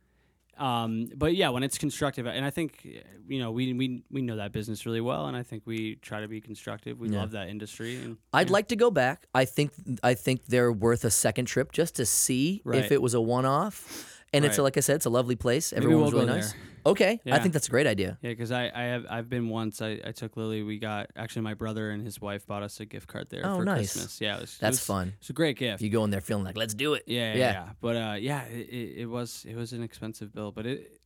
Speaker 2: Um, but yeah, when it's constructive, and I think you know we we we know that business really well, and I think we try to be constructive. We
Speaker 1: Yeah.
Speaker 2: love that industry. And,
Speaker 1: I'd
Speaker 2: yeah.
Speaker 1: like to go back. I think I think they're worth a second trip just to see if
Speaker 2: Right.
Speaker 1: it was a one-off. And it's
Speaker 2: Right.
Speaker 1: like I said, it's a lovely place.
Speaker 2: Maybe
Speaker 1: Everyone's
Speaker 2: we'll go
Speaker 1: really nice.
Speaker 2: there.
Speaker 1: Okay, I
Speaker 2: Yeah.
Speaker 1: think that's a great idea.
Speaker 2: Yeah, because I, I have I've been once. I, I took Lily. We got actually my brother and his wife bought us a gift card there
Speaker 1: Oh,
Speaker 2: for
Speaker 1: nice.
Speaker 2: Christmas. Yeah, it was, it
Speaker 1: That's
Speaker 2: was-
Speaker 1: fun.
Speaker 2: It's a great gift.
Speaker 1: You go in there feeling like, let's do it.
Speaker 2: yeah, yeah,
Speaker 1: yeah.
Speaker 2: yeah. But uh, yeah, it, it, it was it was an expensive bill, but it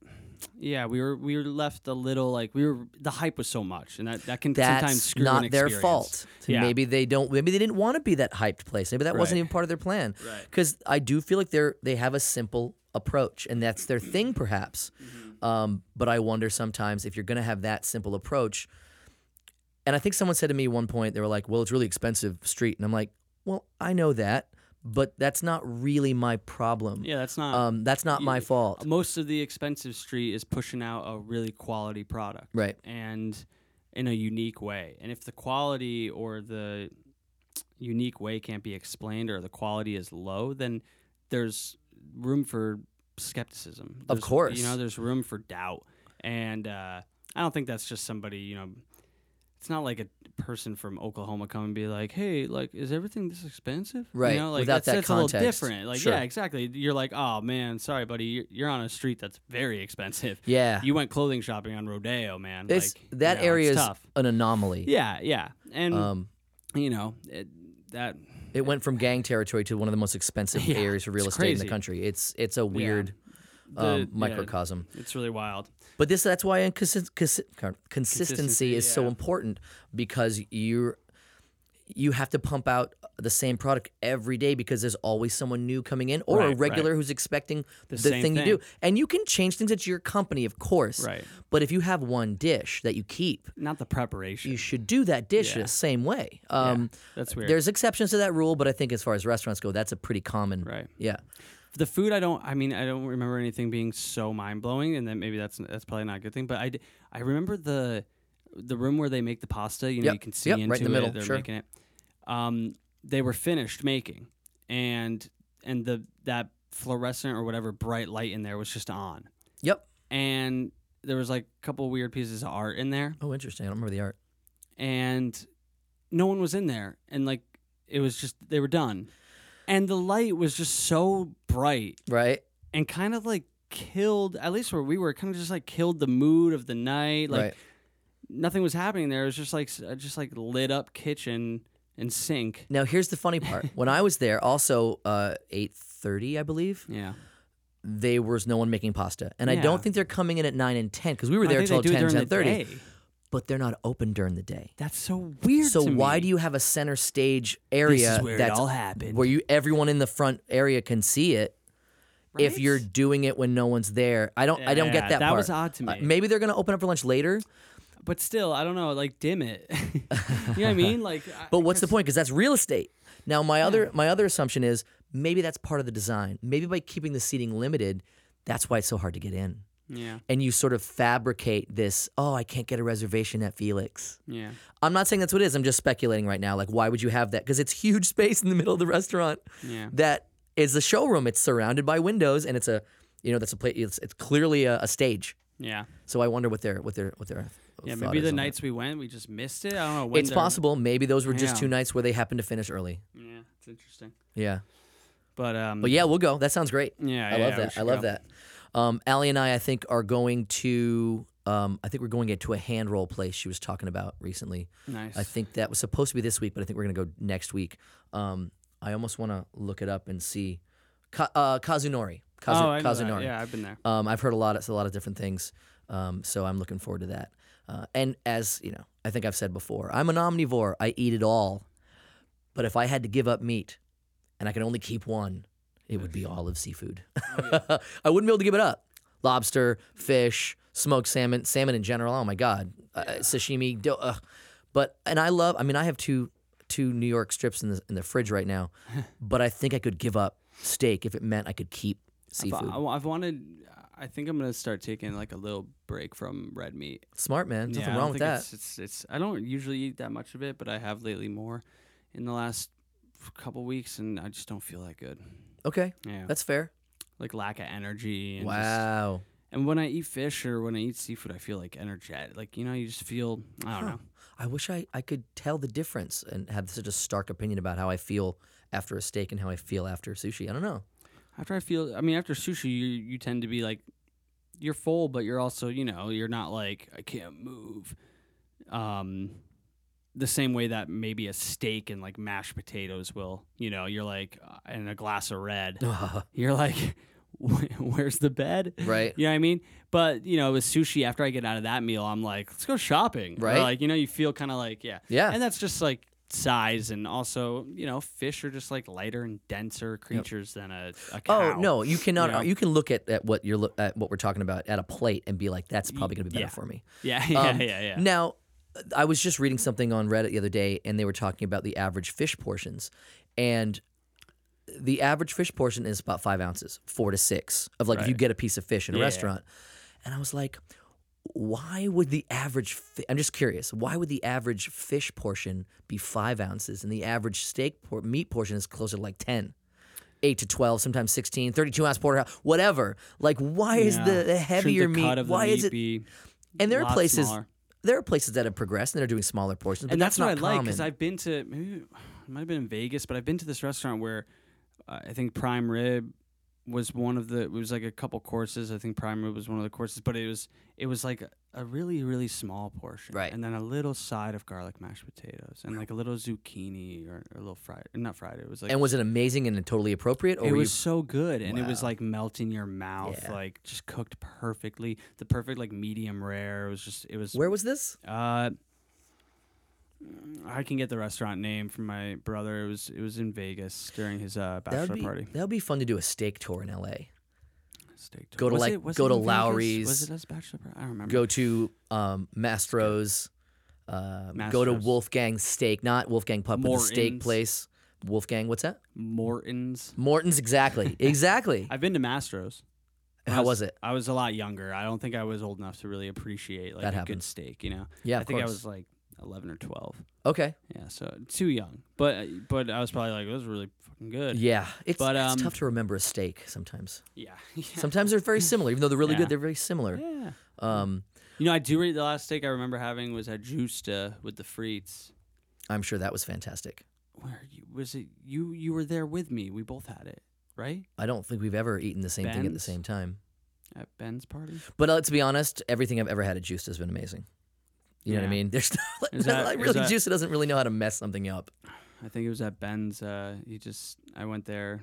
Speaker 2: yeah we were we were left a little like we were the hype was so much, and that that can sometimes
Speaker 1: That's
Speaker 2: screw an
Speaker 1: not their
Speaker 2: experience.
Speaker 1: fault.
Speaker 2: Yeah.
Speaker 1: Maybe they don't. Maybe they didn't want to be that hyped place. Maybe that wasn't
Speaker 2: Right.
Speaker 1: even part of their plan.
Speaker 2: Right.
Speaker 1: Because I do feel like they're they have a simple approach, and that's their thing, perhaps.
Speaker 2: Mm-hmm.
Speaker 1: Um, but I wonder sometimes if you're going to have that simple approach. And I think someone said to me one point, they were like, "Well, it's really expensive street," and I'm like, "Well, I know that, but that's not really my problem.
Speaker 2: Yeah, that's not
Speaker 1: Um, that's not my
Speaker 2: Yeah.
Speaker 1: fault.
Speaker 2: most of the expensive street is pushing out a really quality product.
Speaker 1: Right.
Speaker 2: and in a unique way. And if the quality or the unique way can't be explained or the quality is low, then there's room for skepticism.
Speaker 1: Of
Speaker 2: There's-
Speaker 1: course.
Speaker 2: You know, there's room for doubt. And uh, I don't think that's just somebody, you know, it's not like a person from Oklahoma come and be like, hey, like, is everything this expensive?
Speaker 1: Right,
Speaker 2: You know, like,
Speaker 1: without
Speaker 2: that's,
Speaker 1: that
Speaker 2: that's a little
Speaker 1: context.
Speaker 2: different. Like,
Speaker 1: Sure.
Speaker 2: yeah, exactly. You're like, oh, man, sorry, buddy. You're, you're on a street that's very expensive
Speaker 1: Yeah,
Speaker 2: you went clothing shopping on Rodeo, man.
Speaker 1: It's-
Speaker 2: like,
Speaker 1: that
Speaker 2: you know,
Speaker 1: area
Speaker 2: it's
Speaker 1: is
Speaker 2: tough.
Speaker 1: an anomaly.
Speaker 2: Yeah, yeah, and
Speaker 1: Um,
Speaker 2: you know it, that
Speaker 1: It went from gang territory to one of the most expensive
Speaker 2: Yeah,
Speaker 1: areas of real
Speaker 2: it's
Speaker 1: estate in the
Speaker 2: crazy.
Speaker 1: country. It's it's a weird
Speaker 2: The-
Speaker 1: um,
Speaker 2: yeah.
Speaker 1: microcosm.
Speaker 2: it's really wild.
Speaker 1: But this that's why inconsis- consi- con- consistency,
Speaker 2: Consistency,
Speaker 1: is so
Speaker 2: yeah.
Speaker 1: important because you're you have to pump out the same product every day because there's always someone new coming in or
Speaker 2: Right,
Speaker 1: a
Speaker 2: right.
Speaker 1: regular who's expecting the,
Speaker 2: same
Speaker 1: thing, you do.
Speaker 2: thing.
Speaker 1: And you can change things at your company, of course.
Speaker 2: Right.
Speaker 1: But if you have one dish that you keep,
Speaker 2: Not the preparation.
Speaker 1: you should do that dish
Speaker 2: Yeah.
Speaker 1: the same way. Um,
Speaker 2: That's weird.
Speaker 1: There's exceptions to that rule, but I think as far as restaurants go, that's a pretty common.
Speaker 2: Right.
Speaker 1: Yeah.
Speaker 2: the food, I don't. I mean, I don't remember anything being so mind blowing, and then maybe that's that's probably not a good thing. But I, d- I remember the the room where they make the pasta. You
Speaker 1: Yep,
Speaker 2: know, you can see
Speaker 1: yep, right in
Speaker 2: into
Speaker 1: the middle,
Speaker 2: it. They're
Speaker 1: sure.
Speaker 2: making it. Um, they were finished making, and and the that fluorescent or whatever bright light in there was just on.
Speaker 1: Yep.
Speaker 2: and there was like a couple weird pieces of art in there
Speaker 1: Oh, interesting. I don't remember the art.
Speaker 2: and no one was in there and like it was just they were done and the light was just so bright
Speaker 1: Right.
Speaker 2: and kind of like killed at least where we were kind of just like killed the mood of the night like
Speaker 1: right.
Speaker 2: nothing was happening there it was just like s- uh, just like lit up kitchen and sink
Speaker 1: Now here's the funny part. when I was there, also uh, 8:30, I believe,
Speaker 2: yeah
Speaker 1: there was no one making pasta, and I don't
Speaker 2: Yeah.
Speaker 1: think they're coming in at nine and ten because we were
Speaker 2: I
Speaker 1: there
Speaker 2: think they
Speaker 1: till
Speaker 2: do it
Speaker 1: 10,
Speaker 2: during the
Speaker 1: 10:30.
Speaker 2: day.
Speaker 1: But they're not open during the day.
Speaker 2: that's so weird
Speaker 1: So
Speaker 2: to
Speaker 1: why
Speaker 2: me.
Speaker 1: do you have a center stage
Speaker 2: this
Speaker 1: area
Speaker 2: is where it
Speaker 1: that's
Speaker 2: all happened
Speaker 1: where you everyone in the front area can see it? If
Speaker 2: Right?
Speaker 1: you're doing it when no one's there, I don't. I don't get
Speaker 2: Yeah,
Speaker 1: that.
Speaker 2: that
Speaker 1: part.
Speaker 2: was odd to
Speaker 1: Uh,
Speaker 2: me.
Speaker 1: maybe they're gonna open up for lunch later.
Speaker 2: but still, I don't know. Like, dim it. you know what I mean? Like, I-
Speaker 1: But what's the point? Because that's real estate. Now, my other
Speaker 2: Hmm.
Speaker 1: my other assumption is maybe that's part of the design. Maybe by keeping the seating limited, that's why it's so hard to get in.
Speaker 2: Yeah,
Speaker 1: And you sort of fabricate this. Oh, I can't get a reservation at Felix.
Speaker 2: yeah.
Speaker 1: I'm not saying that's what it is. I'm just speculating right now. Like, why would you have that? Because it's huge space in the middle of the restaurant.
Speaker 2: Yeah.
Speaker 1: That is the showroom. It's surrounded by windows, and it's a, you know, that's a place. It's, it's clearly a, a stage.
Speaker 2: Yeah.
Speaker 1: So I wonder what their what their what their
Speaker 2: Yeah,
Speaker 1: thought
Speaker 2: maybe
Speaker 1: is
Speaker 2: the
Speaker 1: on that.
Speaker 2: nights we went, we just missed it. I don't know. When
Speaker 1: It's
Speaker 2: they're-
Speaker 1: possible. Maybe those were just
Speaker 2: Yeah.
Speaker 1: two nights where they happened to finish early.
Speaker 2: Yeah, it's interesting.
Speaker 1: Yeah.
Speaker 2: But um.
Speaker 1: But yeah, we'll go. That sounds great.
Speaker 2: Yeah,
Speaker 1: I
Speaker 2: yeah,
Speaker 1: love
Speaker 2: yeah, we
Speaker 1: that. I
Speaker 2: should
Speaker 1: love
Speaker 2: go.
Speaker 1: that. Um, Allie and I, I think, are going to. Um, I think we're going to a hand roll place she was talking about recently.
Speaker 2: Nice.
Speaker 1: I think that was supposed to be this week, but I think we're going to go next week. Um, I almost want to look it up and see. Ka- uh, Kazunori. Kazu-
Speaker 2: oh, I know that.
Speaker 1: Kazunori.
Speaker 2: Yeah, I've been there.
Speaker 1: Um, I've heard a lot of a lot of different things, um, so I'm looking forward to that. Uh, and as you know, I think I've said before, I'm an omnivore. I eat it all. But if I had to give up meat, and I could only keep one, it would be olive seafood.
Speaker 2: Oh,
Speaker 1: I wouldn't be able to give it up. Lobster, fish, smoked salmon, salmon in general. Oh my god, uh, sashimi. Do- uh. But and I love. I mean, I have two two New York strips in the in the fridge right now, but I think I could give up steak if it meant I could keep
Speaker 2: But
Speaker 1: seafood.
Speaker 2: I, have wanted. I think I'm gonna start taking like a little break from red meat.
Speaker 1: Smart man. There's
Speaker 2: yeah,
Speaker 1: Nothing
Speaker 2: I don't
Speaker 1: wrong with
Speaker 2: think
Speaker 1: that.
Speaker 2: It's, it's it's. I don't usually eat that much of it, but I have lately more in the last couple weeks, and I just don't feel that good.
Speaker 1: Okay.
Speaker 2: Yeah,
Speaker 1: That's fair.
Speaker 2: like lack of energy. And just-
Speaker 1: Wow.
Speaker 2: And when I eat fish or when I eat seafood, I feel like energetic. Like you know, you just feel I don't
Speaker 1: Huh.
Speaker 2: know.
Speaker 1: I wish I, I could tell the difference and have such a stark opinion about how I feel after a steak and how I feel after sushi. I don't know.
Speaker 2: After I feel, I mean, after sushi, you you tend to be like you're full, but you're also you know you're not like I can't move. Um, the same way that maybe a steak and like mashed potatoes will. You know, you're like uh, and a glass of red. You're like, where's the bed?
Speaker 1: right?
Speaker 2: You know what I mean? But you know, with sushi, after I get out of that meal, I'm like, let's go shopping. Or,
Speaker 1: Right.
Speaker 2: like you know, you feel kind of like yeah.
Speaker 1: Yeah.
Speaker 2: And that's just like size, and also you know, fish are just like lighter and denser creatures than a, a cow.
Speaker 1: Oh no, you cannot.
Speaker 2: know?
Speaker 1: You can look at, at what you're lo- at what we're talking about at a plate and be like, that's probably going to be better
Speaker 2: yeah.
Speaker 1: for me.
Speaker 2: Yeah, yeah,
Speaker 1: Um,
Speaker 2: yeah, yeah.
Speaker 1: Now, I was just reading something on Reddit the other day, and they were talking about the average fish portions, and the average fish portion is about five ounces, four to six, of like if you
Speaker 2: Right.
Speaker 1: get a piece of fish in a
Speaker 2: Yeah.
Speaker 1: restaurant. And I was like, why would the average? Fi- I'm just curious. Why would the average fish portion be five ounces, and the average steak por- meat portion is closer to like ten? 8 to 12 sometimes 16 32 ounce porterhouse whatever like why is
Speaker 2: Yeah.
Speaker 1: the, the
Speaker 2: Shouldn't
Speaker 1: heavier
Speaker 2: the
Speaker 1: meat
Speaker 2: cut of the
Speaker 1: why is
Speaker 2: meat
Speaker 1: it
Speaker 2: be
Speaker 1: and there
Speaker 2: a
Speaker 1: are
Speaker 2: lot
Speaker 1: places
Speaker 2: smaller?
Speaker 1: there are places that have progressed and they're doing smaller portions, but
Speaker 2: and
Speaker 1: that's,
Speaker 2: that's,
Speaker 1: not
Speaker 2: what I like
Speaker 1: common.
Speaker 2: because I've been to maybe it might have been in Vegas, but I've been to this restaurant where uh, I think prime rib was one of the it was like a couple courses. I think prime rib was one of the courses, but it was it was like a, a really really small portion,
Speaker 1: Right.
Speaker 2: And then a little side of garlic mashed potatoes and like a little zucchini or, or a little fried not fried. It was like
Speaker 1: and was it amazing and totally appropriate? Or
Speaker 2: it
Speaker 1: were
Speaker 2: was so good, and it was
Speaker 1: Oh, Wow.
Speaker 2: like melt in your mouth,
Speaker 1: Yeah.
Speaker 2: like just cooked perfectly, the perfect like medium rare. It was just it was
Speaker 1: you, where was this?
Speaker 2: uh, I can get the restaurant name from my brother. It was it was in Vegas during his uh,
Speaker 1: That
Speaker 2: bachelor
Speaker 1: would be
Speaker 2: party.
Speaker 1: that would be fun to do a steak tour in L.A.
Speaker 2: Steak tour.
Speaker 1: Go to,
Speaker 2: Was
Speaker 1: like-
Speaker 2: it- was
Speaker 1: go
Speaker 2: it
Speaker 1: to
Speaker 2: in Vegas?
Speaker 1: Lowry's.
Speaker 2: Was it his bachelor party? I don't remember.
Speaker 1: Go to um, Mastro's, uh, go to
Speaker 2: Mastro's.
Speaker 1: Wolfgang Steak, not Wolfgang Pub, but the steak
Speaker 2: Morton's.
Speaker 1: place. Wolfgang, what's that?
Speaker 2: Morton's.
Speaker 1: Morton's, exactly, exactly.
Speaker 2: I've been to Mastro's. When I
Speaker 1: How was it?
Speaker 2: I was a lot younger. I don't think I was old enough to really appreciate like
Speaker 1: That
Speaker 2: a good
Speaker 1: happens.
Speaker 2: steak. You know.
Speaker 1: Yeah,
Speaker 2: I
Speaker 1: of
Speaker 2: think I
Speaker 1: course.
Speaker 2: was like eleven or twelve.
Speaker 1: Okay,
Speaker 2: Yeah, so too young. But uh, but I was probably like, it was really fucking good.
Speaker 1: yeah, it's,
Speaker 2: But,
Speaker 1: it's
Speaker 2: um,
Speaker 1: tough to remember a steak sometimes.
Speaker 2: Yeah.
Speaker 1: Sometimes they're very similar, even though they're really
Speaker 2: Yeah.
Speaker 1: good. They're very similar.
Speaker 2: yeah.
Speaker 1: Um,
Speaker 2: You know, I do rate the last steak I remember having was at Justa with the frites.
Speaker 1: I'm sure that was fantastic.
Speaker 2: Where you, was it? You you were there with me. We both had it, right?
Speaker 1: I don't think we've ever eaten the same thing at the
Speaker 2: Ben's?
Speaker 1: same time.
Speaker 2: At Ben's party.
Speaker 1: But let's be honest, everything I've ever had at Juice has been amazing. You know what I
Speaker 2: Yeah.
Speaker 1: mean? There's not,
Speaker 2: Is that-
Speaker 1: like
Speaker 2: is
Speaker 1: really
Speaker 2: that-
Speaker 1: Juice doesn't really know how to mess something up.
Speaker 2: I think it was at Ben's. Uh, he just I went there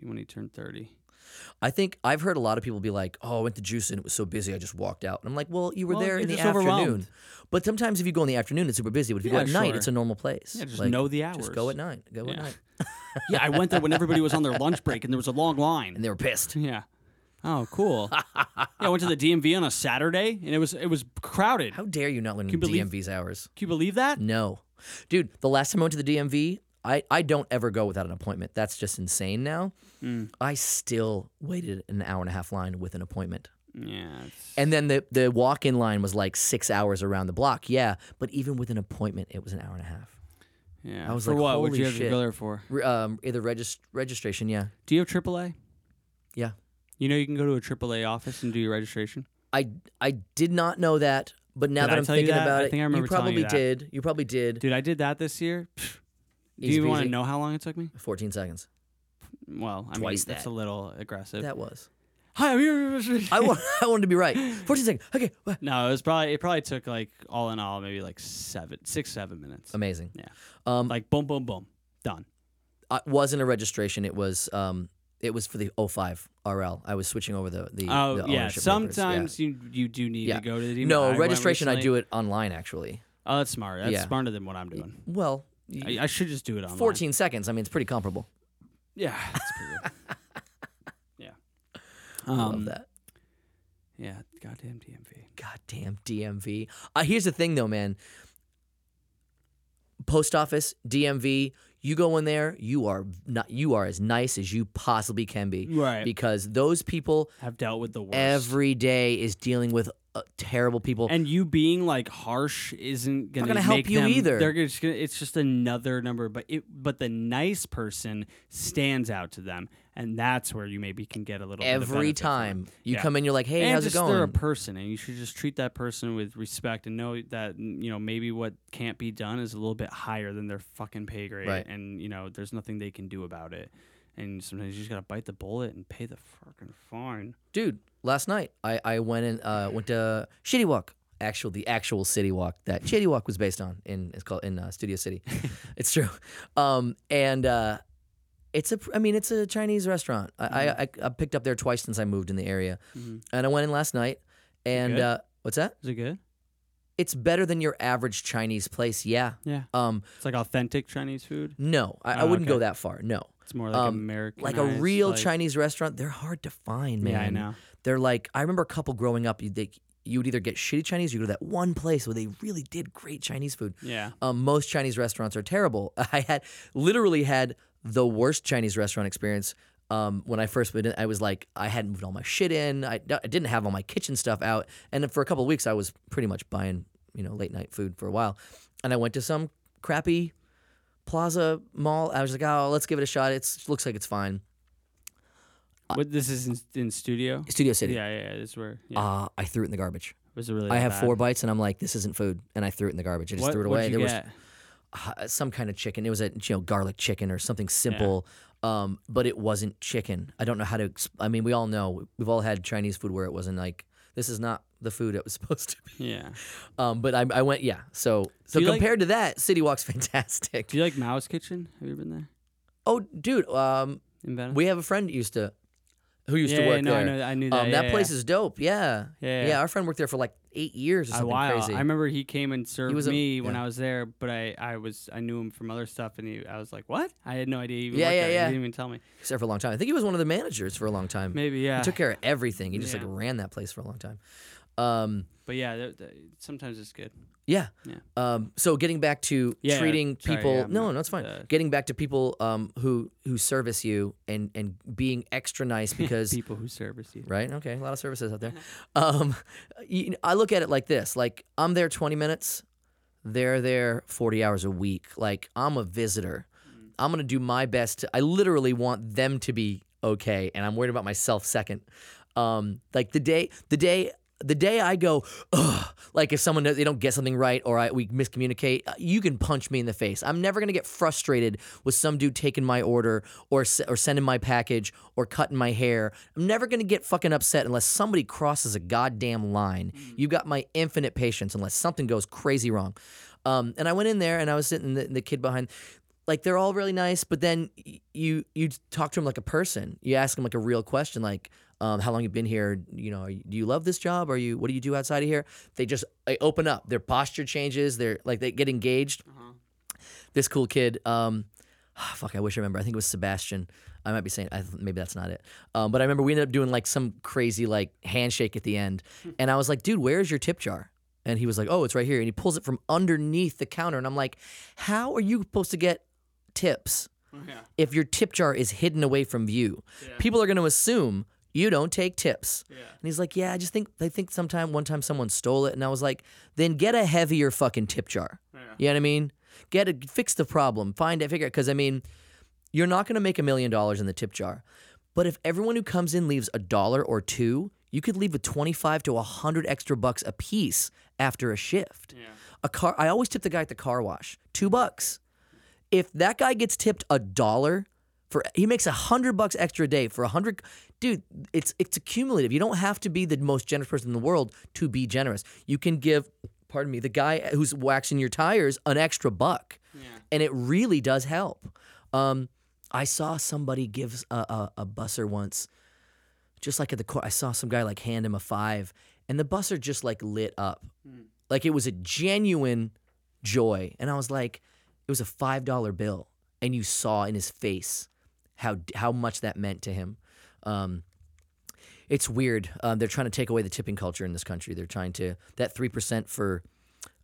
Speaker 2: when he turned thirty.
Speaker 1: I think I've heard a lot of people be like, "Oh, I went to Juice and it was so busy, I just walked out." And I'm like, "Well, you were
Speaker 2: Well,
Speaker 1: there in
Speaker 2: you're
Speaker 1: the
Speaker 2: just
Speaker 1: afternoon."
Speaker 2: overwhelmed.
Speaker 1: But sometimes if you go in the afternoon, it's super busy. But if you go
Speaker 2: Yeah,
Speaker 1: at night,
Speaker 2: sure.
Speaker 1: it's a normal place.
Speaker 2: Yeah, just
Speaker 1: Like,
Speaker 2: know the hours.
Speaker 1: Just go at nine. Go at
Speaker 2: Yeah.
Speaker 1: night.
Speaker 2: yeah, I went there when everybody was on their lunch break and there was a long line.
Speaker 1: And they were pissed.
Speaker 2: Yeah. Oh, cool. yeah, I went to the DMV on a Saturday and it was it was crowded.
Speaker 1: How dare you not learn
Speaker 2: you believe-
Speaker 1: DMV's hours?
Speaker 2: Can you believe that?
Speaker 1: No. Dude, the last time I went to the DMV, I, I don't ever go without an appointment. That's just insane now.
Speaker 2: Mm.
Speaker 1: I still waited an hour and a half line with an appointment.
Speaker 2: Yeah. it's-
Speaker 1: And then the, the walk in line was like six hours around the block. Yeah. But even with an appointment, it was an hour and a half.
Speaker 2: yeah.
Speaker 1: I was
Speaker 2: for
Speaker 1: like,
Speaker 2: what would
Speaker 1: holy
Speaker 2: you have
Speaker 1: shit.
Speaker 2: to go there for?
Speaker 1: Re- um, either regist- registration, yeah.
Speaker 2: Do you have AAA?
Speaker 1: Yeah.
Speaker 2: You know you can go to a AAA office and do your registration.
Speaker 1: I, I did not know that. But now
Speaker 2: Did
Speaker 1: that
Speaker 2: I
Speaker 1: am
Speaker 2: tell you
Speaker 1: thinking
Speaker 2: that?
Speaker 1: about
Speaker 2: I
Speaker 1: it,
Speaker 2: think I remember
Speaker 1: you
Speaker 2: telling
Speaker 1: probably
Speaker 2: you that.
Speaker 1: did. You probably did.
Speaker 2: Dude, I did that this year. Pfft. Do
Speaker 1: Easy
Speaker 2: you want
Speaker 1: peasy.
Speaker 2: to know how long it took me?
Speaker 1: 14 seconds.
Speaker 2: Well, I
Speaker 1: Twice
Speaker 2: mean, that's
Speaker 1: that.
Speaker 2: a little aggressive.
Speaker 1: That was.
Speaker 2: Hi, I'm here.
Speaker 1: I, wa- I wanted to be right. 14 seconds. Okay. wha-
Speaker 2: no, it was probably it probably took like all in all maybe like seven, six, seven minutes.
Speaker 1: Amazing.
Speaker 2: Yeah.
Speaker 1: Um,
Speaker 2: Like boom, boom, boom, done.
Speaker 1: it wasn't a registration. It was um, it was for the 05 RL. I was switching over the the.
Speaker 2: Oh
Speaker 1: the ownership
Speaker 2: yeah,
Speaker 1: papers.
Speaker 2: sometimes you you do need
Speaker 1: Yeah.
Speaker 2: to go to the
Speaker 1: Yeah.
Speaker 2: DMV. I
Speaker 1: No
Speaker 2: went
Speaker 1: registration. I do
Speaker 2: recently.
Speaker 1: it online actually.
Speaker 2: Oh, that's smart. That's
Speaker 1: Yeah.
Speaker 2: smarter than what I'm doing.
Speaker 1: Well, y-
Speaker 2: I, I should just do it online.
Speaker 1: 14 seconds. I mean, it's pretty comparable.
Speaker 2: Yeah, that's pretty good. yeah.
Speaker 1: I
Speaker 2: Um,
Speaker 1: love that.
Speaker 2: Yeah, goddamn DMV.
Speaker 1: Goddamn DMV. Uh, here's the thing though, man. Post office, DMV. You go in there, you are not. You are as nice as you possibly can be.
Speaker 2: Right.
Speaker 1: Because those people
Speaker 2: Have dealt with the worst.
Speaker 1: every day is dealing with uh, terrible people.
Speaker 2: and you being like harsh isn't gonna,
Speaker 1: gonna help
Speaker 2: make
Speaker 1: you
Speaker 2: them-
Speaker 1: either.
Speaker 2: They're just gonna, it's just another number, but it but the nice person stands out to them, and that's where you maybe can get a little bit of
Speaker 1: Every
Speaker 2: benefit from it.
Speaker 1: time you
Speaker 2: Yeah.
Speaker 1: come in, you're like, "Hey,
Speaker 2: and
Speaker 1: how's it
Speaker 2: just they're a
Speaker 1: going?"
Speaker 2: person, and you should just treat that person with respect and know that n- you know maybe what can't be done is a little bit higher than their fucking pay grade,
Speaker 1: Right.
Speaker 2: and you know there's nothing they can do about it. And sometimes you just gotta bite the bullet and pay the fucking fine.
Speaker 1: Dude, last night I, I went and uh, went to Shitty Walk, actual the actual City Walk that Shitty Walk was based on in it's called in uh, Studio City. it's true, um, and uh, it's a pr- I mean it's a Chinese restaurant. I, I, I
Speaker 2: Mm-hmm.
Speaker 1: I picked up there twice since I moved in the area,
Speaker 2: Mhm.
Speaker 1: and I went in last night. And
Speaker 2: good?
Speaker 1: uh, what's that?
Speaker 2: Is it good?
Speaker 1: It's better than your average Chinese place. Yeah.
Speaker 2: Yeah,
Speaker 1: Um,
Speaker 2: it's like authentic Chinese food.
Speaker 1: no, I, I
Speaker 2: Oh,
Speaker 1: wouldn't go
Speaker 2: okay.
Speaker 1: that far. No.
Speaker 2: It's more like
Speaker 1: Um,
Speaker 2: American,
Speaker 1: like a real
Speaker 2: like,
Speaker 1: Chinese restaurant, they're hard to find, man.
Speaker 2: Yeah, I know.
Speaker 1: They're like I remember a couple growing up. You they you would either get shitty Chinese, or you go to that one place where they really did great Chinese food.
Speaker 2: Yeah,
Speaker 1: Um, most Chinese restaurants are terrible. I had literally had the worst Chinese restaurant experience. Um, when I first moved in, I was like, I hadn't moved all my shit in. I, I didn't have all my kitchen stuff out, and then for a couple of weeks, I was pretty much buying you know late night food for a while. And I went to some crappy plaza mall. I was like, oh, let's give it a shot. It's looks like it's fine.
Speaker 2: what this is in, in studio.
Speaker 1: Studio City.
Speaker 2: Yeah, yeah, yeah, this is where. Yeah.
Speaker 1: Uh, I threw it in the garbage.
Speaker 2: was it really?
Speaker 1: I
Speaker 2: that
Speaker 1: have
Speaker 2: bad?
Speaker 1: four bites and I'm like, this isn't food, and I threw it in the garbage. I just
Speaker 2: What,
Speaker 1: threw it
Speaker 2: what'd
Speaker 1: away.
Speaker 2: you
Speaker 1: there
Speaker 2: get?
Speaker 1: was uh, some kind of chicken. It was a you know garlic chicken or something simple, um, but it wasn't chicken. I don't know how to. Exp- I mean, we all know we've all had Chinese food where it wasn't like this is not the food it was supposed to be.
Speaker 2: yeah.
Speaker 1: Um, but I, I went yeah. So so
Speaker 2: you like-
Speaker 1: compared to that, City Walk's fantastic.
Speaker 2: Do you like Mao's Kitchen? Have you been there
Speaker 1: oh dude, um,
Speaker 2: in Venice?
Speaker 1: we have a friend used to who used
Speaker 2: yeah,
Speaker 1: to
Speaker 2: yeah,
Speaker 1: work
Speaker 2: no,
Speaker 1: there.
Speaker 2: I, know, I knew that.
Speaker 1: Um,
Speaker 2: yeah,
Speaker 1: that place is dope. Yeah.
Speaker 2: Yeah, yeah.
Speaker 1: Our friend worked there for like eight years or
Speaker 2: yeah. a
Speaker 1: something
Speaker 2: while.
Speaker 1: crazy.
Speaker 2: I remember he came and served
Speaker 1: was a-
Speaker 2: me when
Speaker 1: yeah.
Speaker 2: I was there, but I, I was I knew him from other stuff, and he, I was like, what? I had no idea. He even
Speaker 1: Yeah,
Speaker 2: worked
Speaker 1: yeah,
Speaker 2: there.
Speaker 1: yeah.
Speaker 2: He didn't even tell me.
Speaker 1: there for a long time. I think he was one of the managers for a long time.
Speaker 2: Maybe yeah.
Speaker 1: He took care of everything. He just
Speaker 2: Yeah.
Speaker 1: like ran that place for a long time. Um,
Speaker 2: but yeah, th- th- sometimes it's good.
Speaker 1: yeah.
Speaker 2: Yeah.
Speaker 1: Um, so getting back to
Speaker 2: Yeah,
Speaker 1: treating
Speaker 2: sorry,
Speaker 1: people.
Speaker 2: yeah, I'm
Speaker 1: no,
Speaker 2: not-
Speaker 1: no, it's fine.
Speaker 2: uh,
Speaker 1: getting back to people um, who who service you and and being extra nice because
Speaker 2: People who service you.
Speaker 1: right? Okay, a lot of services out there. Um, you, I look at it like this: like I'm there 20 minutes, they're there 40 hours a week. Like I'm a visitor. I'm gonna do my best. To, I literally want them to be okay, and I'm worried about myself second. Um, like the day, the day. The day I go, Ugh, like if someone does, they don't get something right or I, we miscommunicate, uh, you can punch me in the face. I'm never gonna get frustrated with some dude taking my order or s- or sending my package or cutting my hair. I'm never gonna get fucking upset unless somebody crosses a goddamn line. You got my infinite patience unless something goes crazy wrong. Um, and I went in there and I was sitting the, the kid behind. Like they're all really nice, but then y- you you talk to him like a person. You ask him like a real question, like um, how long you been here? You know, are you, do you love this job? Are you what do you do outside of here? They just they open up. Their posture changes. They're like they get engaged this cool kid. Um, fuck, I wish I remember. I think it was Sebastian. I might be saying I, maybe that's not it. Um, but I remember we ended up doing like some crazy like handshake at the end, and I was like, dude, where's your tip jar? And he was like, oh, it's right here. And he pulls it from underneath the counter, and I'm like, how are you supposed to get tips
Speaker 2: Oh, Yeah.
Speaker 1: if your tip jar is hidden away from view?
Speaker 2: Yeah.
Speaker 1: People are going to assume you don't take tips.
Speaker 2: Yeah.
Speaker 1: And he's like, yeah, I just think I think sometime one time someone stole it, and I was like, then get a heavier fucking tip jar. You know what I mean? Get a, fix the problem. Find it, figure it. Because I mean, you're not going to make a million dollars in the tip jar, but if everyone who comes in leaves a dollar or two, you could leave with twenty five to hundred extra bucks a piece after a shift. A car. I always tip the guy at the car wash two bucks. If that guy gets tipped a dollar. For, he makes a hundred bucks extra a day for a hundred, dude. It's it's accumulative. You don't have to be the most generous person in the world to be generous. You can give, pardon me, the guy who's waxing your tires an extra buck and it really does help. Um, I saw somebody give a, a, a busser once, just like at the court. I saw some guy like hand him a five, and the busser just like lit up, like it was a genuine joy. And I was like, it was a five dollar bill, and you saw in his face how how much that meant to him. Um, it's weird. Um, they're trying to take away the tipping culture in this country. They're trying to that three percent for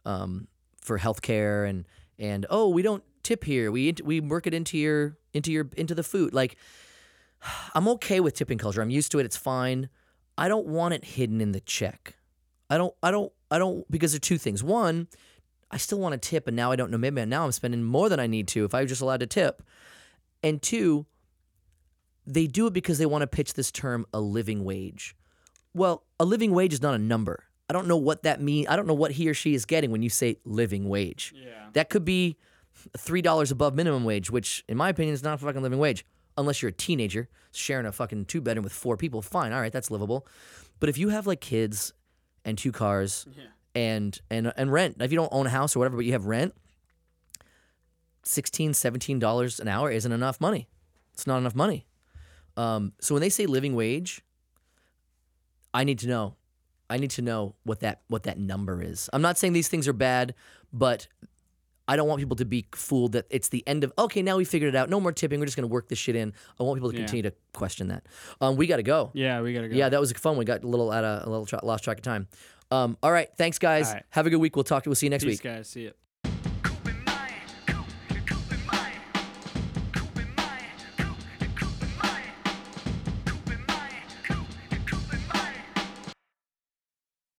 Speaker 1: um, for healthcare and and oh we don't tip here we int- we work it into your into your into the food like I'm okay with tipping culture I'm used to it it's fine I don't want it hidden in the check I don't I don't I don't because there are two things one I still want to tip and now I don't know maybe now I'm spending more than I need to if I was just allowed to tip and two they do it because they want to pitch this term a living wage. Well, a living wage is not a number. I don't know what that means. I don't know what he or she is getting when you say living wage.
Speaker 2: Yeah.
Speaker 1: That could be three dollars above minimum wage, which in my opinion is not a fucking living wage. Unless you're a teenager sharing a fucking two bedroom with four people, fine, all right, that's livable. But if you have like kids and two cars
Speaker 2: Yeah.
Speaker 1: and and and rent, if you don't own a house or whatever, but you have rent, 16 dollars an hour isn't enough money. It's not enough money. Um, so when they say living wage, I need to know. I need to know what that what that number is. I'm not saying these things are bad, but I don't want people to be fooled that it's the end of okay. Now we figured it out. No more tipping. We're just going to work this shit in. I want people to
Speaker 2: Yeah.
Speaker 1: continue to question that. Um, we got to go.
Speaker 2: Yeah, we gotta go.
Speaker 1: Yeah, that was fun. We got a little out of a little tra- lost track of time. Um, all right, thanks guys.
Speaker 2: All right.
Speaker 1: Have a good week. We'll talk. We'll see you next
Speaker 2: Peace,
Speaker 1: week.
Speaker 2: guys. See it.